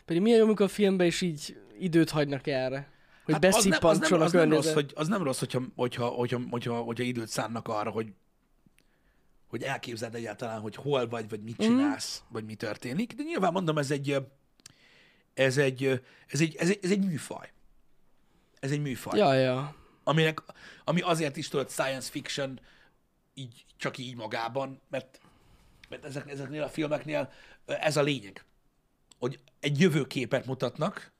S1: Pedig milyen jó, amikor a filmben is így időt hagynak erre. Hogy hát
S2: az, nem, az, nem,
S1: beszippantson a
S2: az, nem
S1: környezet.
S2: rossz, hogy, az nem rossz, hogyha, hogyha, hogyha, hogyha, hogyha időt szánnak arra, hogy, hogy elképzeld egyáltalán, hogy hol vagy, vagy
S1: Mhm.
S2: mit csinálsz, mm. vagy mi történik. De nyilván mondom, ez egy, ö, ez egy, ö, ez egy, ez egy, ez egy műfaj. Ez egy műfaj.
S1: Ja, ja.
S2: Aminek, ami azért is tudod science fiction így, csak így magában, mert, mert ezek, ezeknél a filmeknél ö, ez a lényeg. Hogy egy jövőképet mutatnak,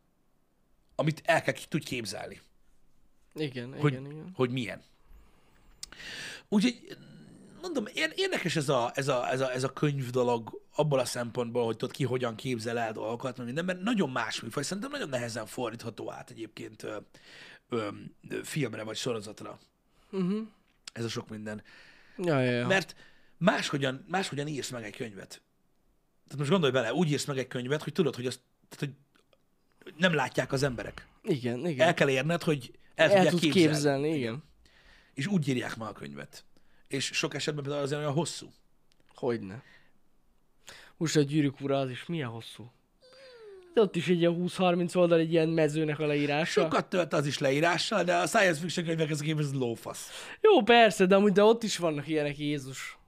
S2: amit el kell ki- tudj képzelni
S1: Igen,
S2: hogy,
S1: igen, igen.
S2: hogy milyen. Úgyhogy mondom, ér- érdekes ez a, ez, a, ez, a, ez a könyv dolog abból a szempontból, hogy tudod ki hogyan képzel el dolgokat, meg minden, mert nagyon más műfaj, szerintem nagyon nehezen fordítható át egyébként ö, ö, ö, filmre vagy sorozatra. Uh-huh. Ez a sok minden.
S1: Mhm. Ja, ja, ja.
S2: Mert máshogyan, máshogyan írsz meg egy könyvet. Tehát most gondolj bele, úgy írsz meg egy könyvet, hogy tudod, hogy, azt, tehát, hogy nem látják az emberek.
S1: igen, igen.
S2: El kell érned, hogy el,
S1: El
S2: tudják
S1: tud
S2: képzelni.
S1: képzelni, igen.
S2: és úgy írják már a könyvet. És sok esetben például azért olyan hosszú.
S1: Hogyne. Most a gyűrűk ura az is milyen hosszú. De ott is egy ilyen 20-30 oldal egy ilyen mezőnek a leírása.
S2: Sokat tölt az is leírással, de a science fiction könyvek ezek ez lófasz.
S1: Jó, persze, de amúgy de ott is vannak ilyenek, Jézus.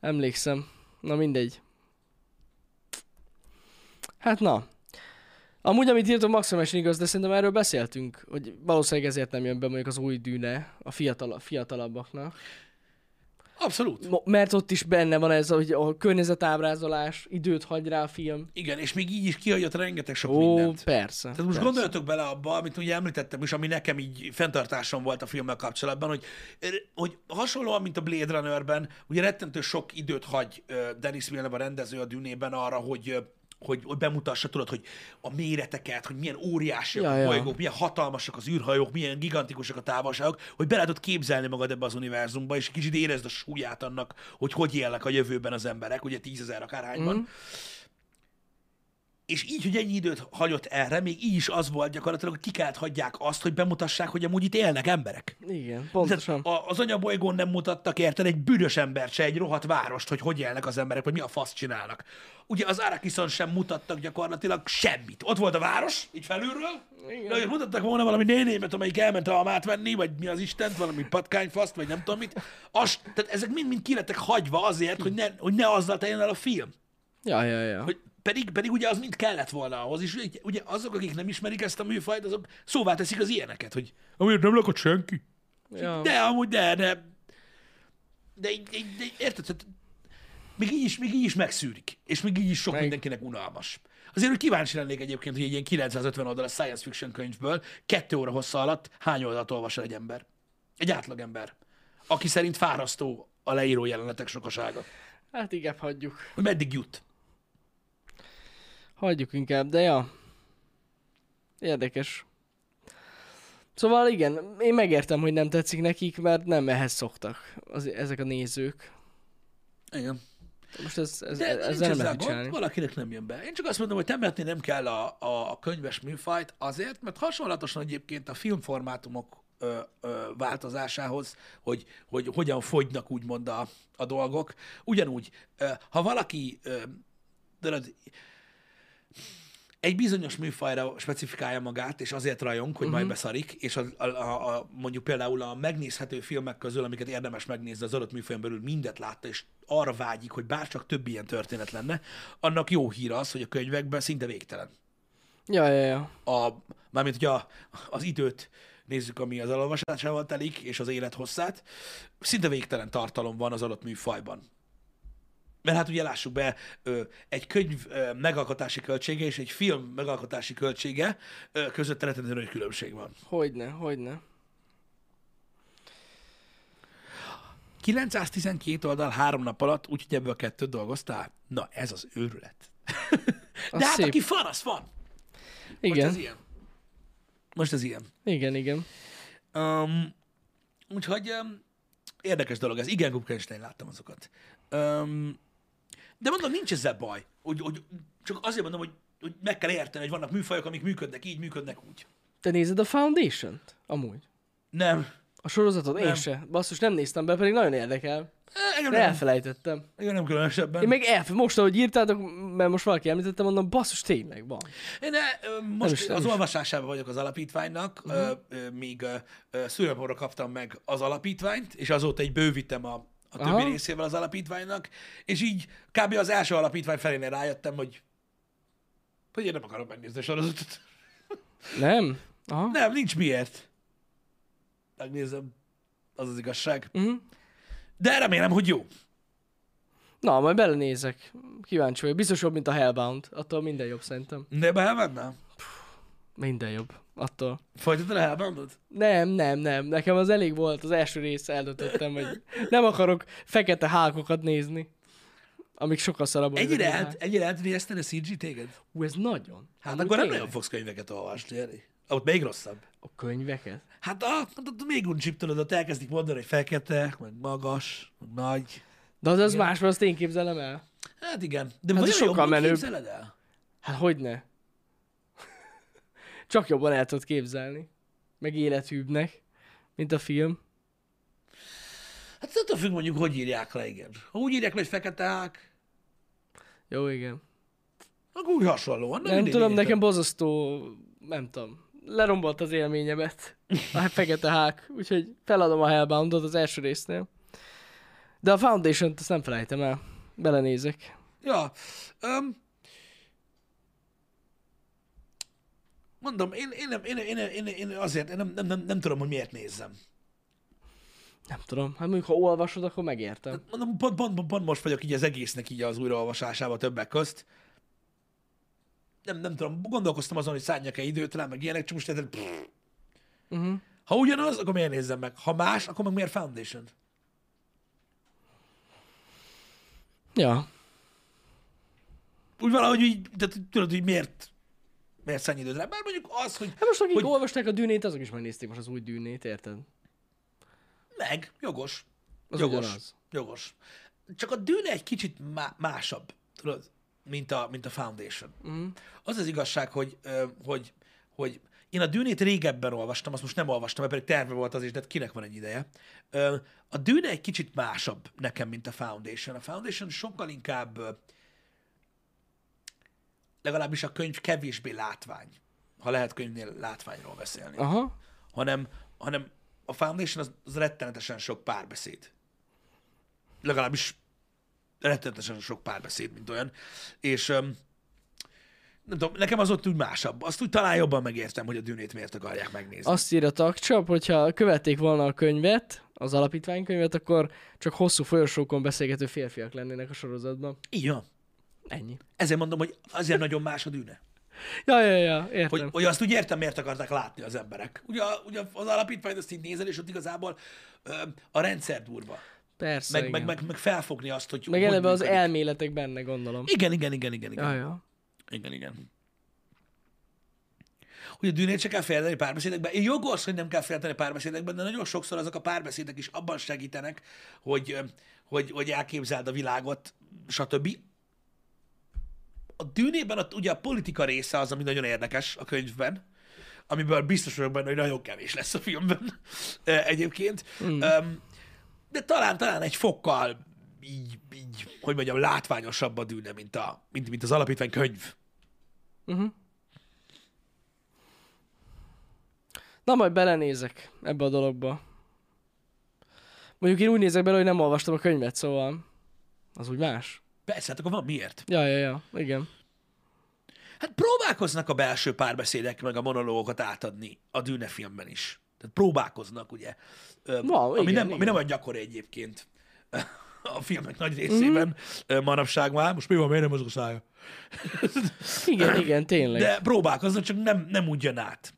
S1: Emlékszem. Na mindegy. Hát na. Amúgy, amit írtam, maximálisan igaz, de szerintem erről beszéltünk, hogy valószínűleg ezért nem jön be mondjuk az új dűne a fiatal, fiatalabbaknak.
S2: Abszolút.
S1: Mo- Mert ott is benne van ez, hogy a környezetábrázolás, időt hagy rá a film.
S2: Igen, és még így is kihagyott rengeteg sok Ó,
S1: Ó,
S2: mindent.
S1: persze.
S2: Tehát most
S1: persze.
S2: gondoljatok bele abba, amit ugye említettem is, ami nekem így fenntartásom volt a filmmel kapcsolatban, hogy, hogy hasonlóan, mint a Blade Runnerben, ugye rettentő sok időt hagy ö, Dennis Villeneuve a rendező a dűnében arra, hogy ö, hogy, hogy bemutassa, tudod, hogy a méreteket, hogy milyen óriásiak
S1: Ja,
S2: a
S1: ja.
S2: bolygók, milyen hatalmasak az űrhajók, milyen gigantikusak a távolságok, hogy bele tudod képzelni magad ebbe az univerzumba, és kicsit érezd a súlyát annak, hogy hogy élnek a jövőben az emberek, ugye tízezer akárhányban.
S1: Mhm.
S2: Mm. És így, hogy ennyi időt hagyott erre, még így is az volt gyakorlatilag, hogy ki kellett hagyják azt, hogy bemutassák, hogy amúgy itt élnek emberek.
S1: Igen,
S2: Tehát
S1: pontosan.
S2: a- az anyabolygón nem mutattak érted egy bűnös embert se, egy rohadt várost, hogy hogy élnek az emberek, vagy mi a fasz csinálnak. Ugye az Árakison sem mutattak gyakorlatilag semmit. Ott volt a város, így felülről,
S1: Igen.
S2: de hogy mutattak volna valami nénémet, amelyik elment almát venni, vagy mi az Istent, valami patkányfaszt, vagy nem tudom mit. Azt, tehát ezek mind-mind kilettek hagyva azért, hogy ne, hogy ne azzal teljen el a film.
S1: Ja, ja, ja.
S2: Hogy pedig, pedig ugye az mind kellett volna ahhoz, és ugye- ugye azok, akik nem ismerik ezt a műfajt, azok szóvá teszik az ilyeneket, hogy amúgy ott nem lakott senki.
S1: ja.
S2: De amúgy de, de, de, így- így- de, érted, tehát még így, is, még így is megszűrik, és még így is sok mindenkinek unalmas. Azért, hogy kíváncsi lennék egyébként, hogy egy ilyen 950 oldalas science fiction könyvből kettő óra hossza alatt hány oldalt olvas el egy ember? Egy átlagember, aki szerint fárasztó a leíró jelenetek sokasága.
S1: Hát inkább hagyjuk.
S2: Hogy meddig jut?
S1: Hagyjuk inkább, de ja. Érdekes. Szóval igen, én megértem, hogy nem tetszik nekik, mert nem ehhez szoktak az, ezek a nézők.
S2: Igen.
S1: Most ez, ez,
S2: De
S1: ez,
S2: ez
S1: ezzel
S2: nincs
S1: nem
S2: ezzel
S1: lehet
S2: gond,
S1: csinálni.
S2: valakinek nem jön be. Én csak azt mondom, hogy temetni nem kell a, a, a könyves műfajt azért, mert hasonlatosan egyébként a filmformátumok ö, ö, változásához, hogy, hogy hogyan fogynak úgymond a, a dolgok. Ugyanúgy, ö, ha valaki ö, tudod, egy bizonyos műfajra specifikálja magát, és azért rajong, hogy uh-huh. majd beszarik, és a, a, a, a, mondjuk például a megnézhető filmek közül, amiket érdemes megnézni az adott műfajon belül, mindet látta, és arra vágyik, hogy bárcsak több ilyen történet lenne, annak jó hír az, hogy a könyvekben szinte végtelen.
S1: Ja, ja, ja.
S2: A, mármint, hogy a, az időt nézzük, ami az elolvasásával telik, és az élet hosszát, szinte végtelen tartalom van az adott műfajban. Mert hát ugye lássuk be, ö, egy könyv ö, megalkotási költsége és egy film megalkotási költsége ö, között rettentő nagy különbség van.
S1: Hogyne, hogyne.
S2: 912 oldal három nap alatt, úgyhogy ebből kettőt dolgoztál? Na, ez az őrület.
S1: Az
S2: De hát
S1: szép.
S2: aki farasz van. Most
S1: igen,
S2: ez ilyen. Most ez ilyen.
S1: igen, igen.
S2: Um, úgyhogy um, érdekes dolog ez. Igen, Gubkenstein láttam azokat. Um, de mondom, nincs ezzel baj. Hogy, hogy, csak azért mondom, hogy, hogy meg kell érteni, hogy vannak műfajok, amik működnek így, működnek úgy.
S1: Te nézed a Foundation-t? Amúgy.
S2: Nem.
S1: A sorozatot? Én
S2: Nem.
S1: se. Basszus, nem néztem be, pedig nagyon érdekel.
S2: Eh, Engem
S1: De
S2: nem,
S1: elfelejtettem.
S2: engem nem különösebben.
S1: Én
S2: Én,
S1: meg elf... most, ahogy írtátok, mert most valaki említette, mondom, basszus, tényleg van.
S2: Én eh, ö, most
S1: Nem is, Mhm. nem
S2: az
S1: is.
S2: olvasásában vagyok az alapítványnak, uh-huh. még ö, ö, szülinapomra kaptam meg az alapítványt, és azóta egy bővítem a, a többi
S1: Aha.
S2: részével az alapítványnak, és így kb. az első alapítvány felénél rájöttem, hogy hogy én nem akarom megnézni a sorozatot.
S1: Nem? Aha.
S2: Nem, nincs miért. Megnézem. Az az igazság.
S1: Mhm.
S2: De remélem, hogy jó.
S1: Na, majd belenézek. Kíváncsi vagyok. Biztos jobb, mint a Hellbound. Attól minden jobb szerintem.
S2: De belemenne?
S1: Minden jobb. Attól.
S2: Folytatod a Hellboundot?
S1: Nem, nem, nem. Nekem az elég volt. Az első rész eldöntöttem, hogy nem akarok fekete hákokat nézni. Amik sokkal szarabbak. mint
S2: Ennyire,
S1: a
S2: el,
S1: hák.
S2: ennyire el tudni eszteni a CG téged?
S1: Ú, ez nagyon.
S2: Hát
S1: Amúgy
S2: akkor nem
S1: tényleg.
S2: nagyon fogsz könyveket olvasni, Jani. Ott még rosszabb.
S1: A könyveket?
S2: Hát a, hát ott még uncsibb tudod, ott elkezdik mondani, hogy fekete, meg magas, meg nagy.
S1: De az, az más, mert azt én képzelem el.
S2: Hát igen. De
S1: ez
S2: hát
S1: sokkal
S2: sokkal menőbb.
S1: menőbb.
S2: Képzeled el?
S1: Hát hogyne? Csak jobban el tudod képzelni. Meg életűbbnek, mint a film.
S2: Hát attól függ mondjuk, hogy írják le, igen. Ha úgy írják le, hogy fekete hák,
S1: Jó, igen.
S2: akkor úgy hasonlóan.
S1: Nem, nem
S2: mindegy,
S1: tudom,
S2: mindegy.
S1: nekem bozasztó, nem tudom, lerombolt az élményemet a fekete hák, úgyhogy feladom a Hellboundot az első résznél. De a Foundation-t azt nem felejtem el. Belenézek.
S2: Ja. Um, mondom, én, én, nem, én, én, én, én azért én nem, nem, nem, nem, tudom, hogy miért nézzem.
S1: Nem tudom, hát mondjuk ha olvasod, akkor megértem.
S2: Mondom, pont, pont, pont, pont most vagyok így az egésznek így az újraolvasásába többek közt. Nem, nem tudom, gondolkoztam azon, hogy szálljak-e időt rá, meg ilyenek, csak most érted, pff.
S1: Uh-huh.
S2: ha ugyanaz, akkor miért nézzem meg? Ha más, akkor meg miért Foundation?
S1: Ja,
S2: Úgy valahogy így, tehát tudod, hogy miért, miért szállj időt rá? Bár mondjuk az, hogy
S1: Hát most akik
S2: Hogy-
S1: hogy... olvasták a dűnét, azok is megnézték most az új dűnét, érted?
S2: meg, jogos,
S1: Az
S2: Jogos.
S1: ugyanaz.
S2: Jogos. Csak a dűne egy kicsit má- másabb, tudod, mint a, mint a Foundation. Mm. Az az igazság, hogy, ö, hogy, hogy én a dűnét régebben olvastam, azt most nem olvastam, mert pedig terve volt az is, de hát kinek van egy ideje. Ö, A dűne egy kicsit másabb nekem, mint a Foundation. A Foundation sokkal inkább, ö, legalábbis a könyv kevésbé látvány, ha lehet könyvnél látványról beszélni
S1: Aha.
S2: hanem, hanem a Foundation az, az rettenetesen sok párbeszéd. Legalábbis rettenetesen sok párbeszéd, mint olyan. És öm, nem tudom, nekem az ott úgy másabb. Azt úgy talán jobban megértem, hogy a dűnét miért akarják megnézni. Azt...
S1: Azt írja Takcsap, hogyha követték volna a könyvet, az alapítványkönyvet, akkor csak hosszú folyosókon beszélgető férfiak lennének a sorozatban.
S2: Így van.
S1: Ennyi.
S2: Ezért mondom, hogy azért nagyon más a dűne.
S1: Ja, ja, ja,
S2: Hogy,
S1: értem.
S2: hogy azt úgy értem, miért akarták látni az emberek. Ugye, a- ugye az alapítványt azt így nézel, és ott igazából öm, a rendszer durva.
S1: Persze,
S2: Meg, meg, meg, meg felfogni azt, hogy
S1: Szóval meg
S2: hogy
S1: eleve az
S2: működik.
S1: elméletek benne, gondolom.
S2: Igen, igen, igen, igen. igen.
S1: Ja, ja.
S2: Igen, igen. Hogy a dűnét se kell félteni párbeszédekben. Én jogos, hogy nem kell félteni párbeszédekben, de nagyon sokszor azok a párbeszédek is abban segítenek, hogy, ö, hogy, hogy elképzeld a világot, stb. A dűnében a, ugye a politika része az, ami nagyon érdekes a könyvben, amiből biztos vagyok benne, hogy nagyon kevés lesz a filmben ö, egyébként. Mm. De talán, talán egy fokkal így, így, hogy mondjam, látványosabb a dűne, mint, a, mint, mint az alapítvány könyv.
S1: Na, majd belenézek ebbe a dologba. Mondjuk én úgy nézek bele, hogy nem olvastam a könyvet, szóval az úgy más.
S2: Persze, hát akkor van miért.
S1: Ja, ja, ja, igen.
S2: Hát próbálkoznak a belső párbeszédek, meg a monológokat átadni a Dűne filmben is. Tehát próbálkoznak, ugye. Ö,
S1: Van,
S2: ami,
S1: igen,
S2: nem, ami
S1: igen.
S2: nem olyan gyakori egyébként a filmek nagy részében
S1: Mhm.
S2: ö, manapság már. Most mi van, miért nem mozog a szája?
S1: Igen, igen, tényleg.
S2: De próbálkoznak, csak nem, nem úgy jön át.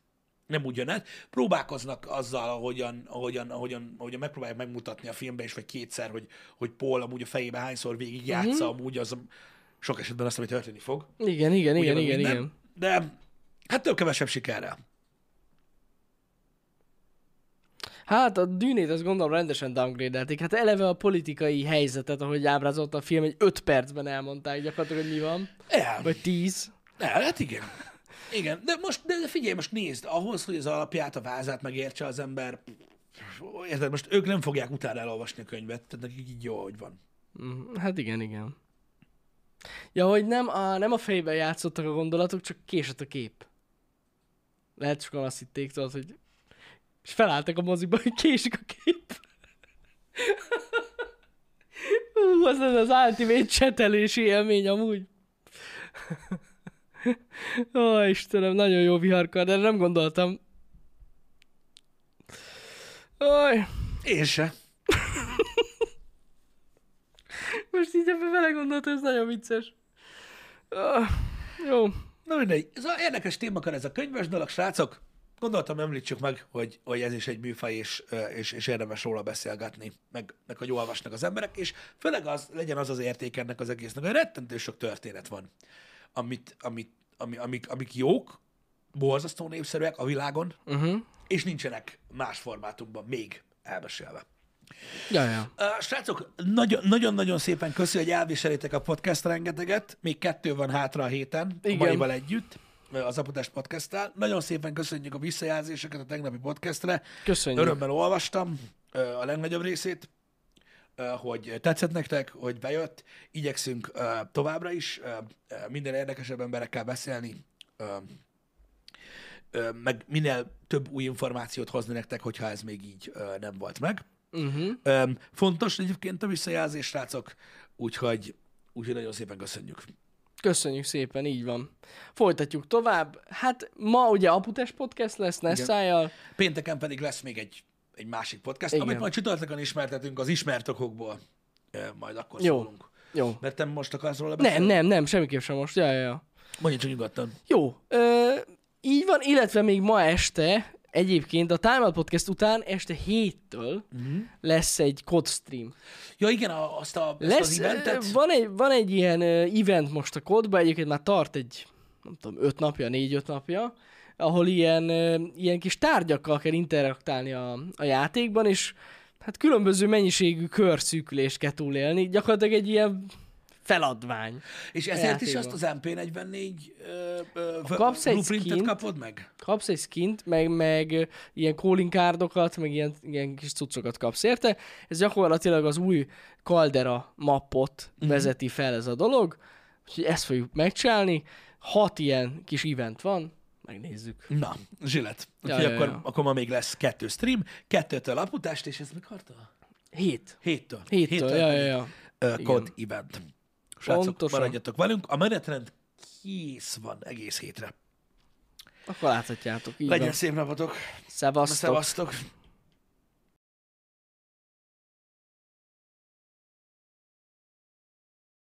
S2: Nem úgy jön át. Próbálkoznak azzal, ahogyan, ahogyan, ahogyan, ahogyan megpróbálják megmutatni a filmben is, vagy kétszer, hogy, hogy Paul amúgy a fejében hányszor végig játsza,
S1: Mhm.
S2: amúgy az sok esetben azt, ami történni fog.
S1: Igen, igen, igen,
S2: Ugye,
S1: igen, igen.
S2: meg minden. De hát több kevesebb sikerrel.
S1: Hát a dűnét azt gondolom rendesen downgrade-elték. Hát eleve a politikai helyzetet, ahogy ábrázolt a film, egy 5 percben elmondták gyakorlatilag, hogy mi van.
S2: El,
S1: Vagy 10.
S2: el, hát igen. Igen, de most de de figyelj, most nézd, ahhoz, hogy az alapját, a vázát megértse az ember, érted, most ők nem fogják utána elolvasni a könyvet, tehát nekik így jó, hogy van.
S1: Mhm, Hát igen, igen. Ja, hogy nem a, nem a fejben játszottak a gondolatok, csak késett a kép. Lehet sokan azt hitték, tudod, hogy... És felálltak a moziba, hogy késik a kép. Hú, az az, az ultimate csetelési élmény amúgy. Ó, Istenem, nagyon jó viharka, de nem gondoltam. Aj,
S2: Én se.
S1: most így ebbe vele gondoltam, ez nagyon vicces. Ah, jó.
S2: Na mindegy, ez a érdekes témakör ez a könyves dolog, srácok. Gondoltam, említsük meg, hogy, hogy ez is egy műfaj, és, ö, és, és érdemes róla beszélgetni, meg, meg hogy olvasnak az emberek, és főleg az legyen az az érték ennek az egésznek, hogy rettentő sok történet van, amit, amit, ami, amik, amik jók, borzasztó népszerűek a világon,
S1: Mhm.
S2: uh-huh. és nincsenek más formátumban még elbesélve.
S1: Ja, ja.
S2: Uh, srácok, nagyon- nagyon-nagyon szépen köszi, hogy elviselitek a podcast rengeteget. Még kettő van hátra a héten, Igen.
S1: Igen.
S2: a maival együtt, ö, az Apotest podcasttel. Nagyon szépen köszönjük a visszajelzéseket a tegnapi podcastre.
S1: Köszönjük.
S2: Örömmel olvastam ö, a legnagyobb részét, ö, hogy tetszett nektek, hogy bejött. Igyekszünk ö, továbbra is ö, ö, minden érdekesebb emberekkel beszélni, ö, ö, meg minél több új információt hozni nektek, hogyha ez még így ö, nem volt meg.
S1: Uh-huh.
S2: Öm, fontos egyébként a visszajelzés, srácok, úgyhogy, úgyhogy nagyon szépen köszönjük.
S1: Köszönjük szépen, így van. Folytatjuk tovább. Hát ma ugye Aputes Podcast lesz Nessájjal.
S2: Pénteken pedig lesz még egy, egy másik podcast, Igen.
S1: Igen.
S2: amit majd csütörtökön ismertetünk az ismert okokból. Ö, Majd akkor Jó.
S1: Jó.
S2: szólunk.
S1: Jó.
S2: Mert te most akarsz róla
S1: Nem,
S2: beszélni?
S1: nem, nem, semmiképp sem most. Ja, ja, ja.
S2: Mondj csak nyugodtan.
S1: Jó, ö, így van, illetve még ma este, egyébként a Time Out Podcast után este héttől uh-huh. lesz egy COD stream.
S2: Ja igen, a, azt a, lesz,
S1: Lesz,
S2: az
S1: ö,
S2: eventet?
S1: van, egy, van egy ilyen ö, event most a kodba, egyébként már tart egy, nem tudom, öt napja, négy-öt napja, ahol ilyen, ö, ilyen kis tárgyakkal kell interaktálni a, a játékban, és hát különböző mennyiségű körszűkülést kell túlélni, gyakorlatilag egy ilyen feladvány.
S2: És ezért is
S1: játékban.
S2: azt az MP44 ö, ö, v-
S1: Kapsz egy
S2: blueprintet
S1: skint.
S2: kapod meg?
S1: kapsz egy skint, meg, meg ö, ilyen calling cardokat, meg ilyen, ilyen kis cuccokat kapsz érte. Ez gyakorlatilag az új Caldera mappot
S2: Mhm.
S1: vezeti fel ez a dolog, úgyhogy ezt fogjuk megcsinálni. Hat ilyen kis event van, megnézzük.
S2: Na, zsilet.
S1: Ja,
S2: Úgyhogy
S1: ja,
S2: akkor,
S1: ja.
S2: akkor ma még lesz kettő stream, kettőtől aputást, és ez mikartól?
S1: Hét.
S2: Héttől.
S1: Héttől, ja, ja,
S2: pedig
S1: ja.
S2: Ö, kod event. Srácok,
S1: Pontosan.
S2: maradjatok velünk. A menetrend kész van egész hétre.
S1: Akkor láthatjátok. Így
S2: Legyen
S1: van.
S2: szép napotok.
S1: Szevasztok.
S2: Szevasztok.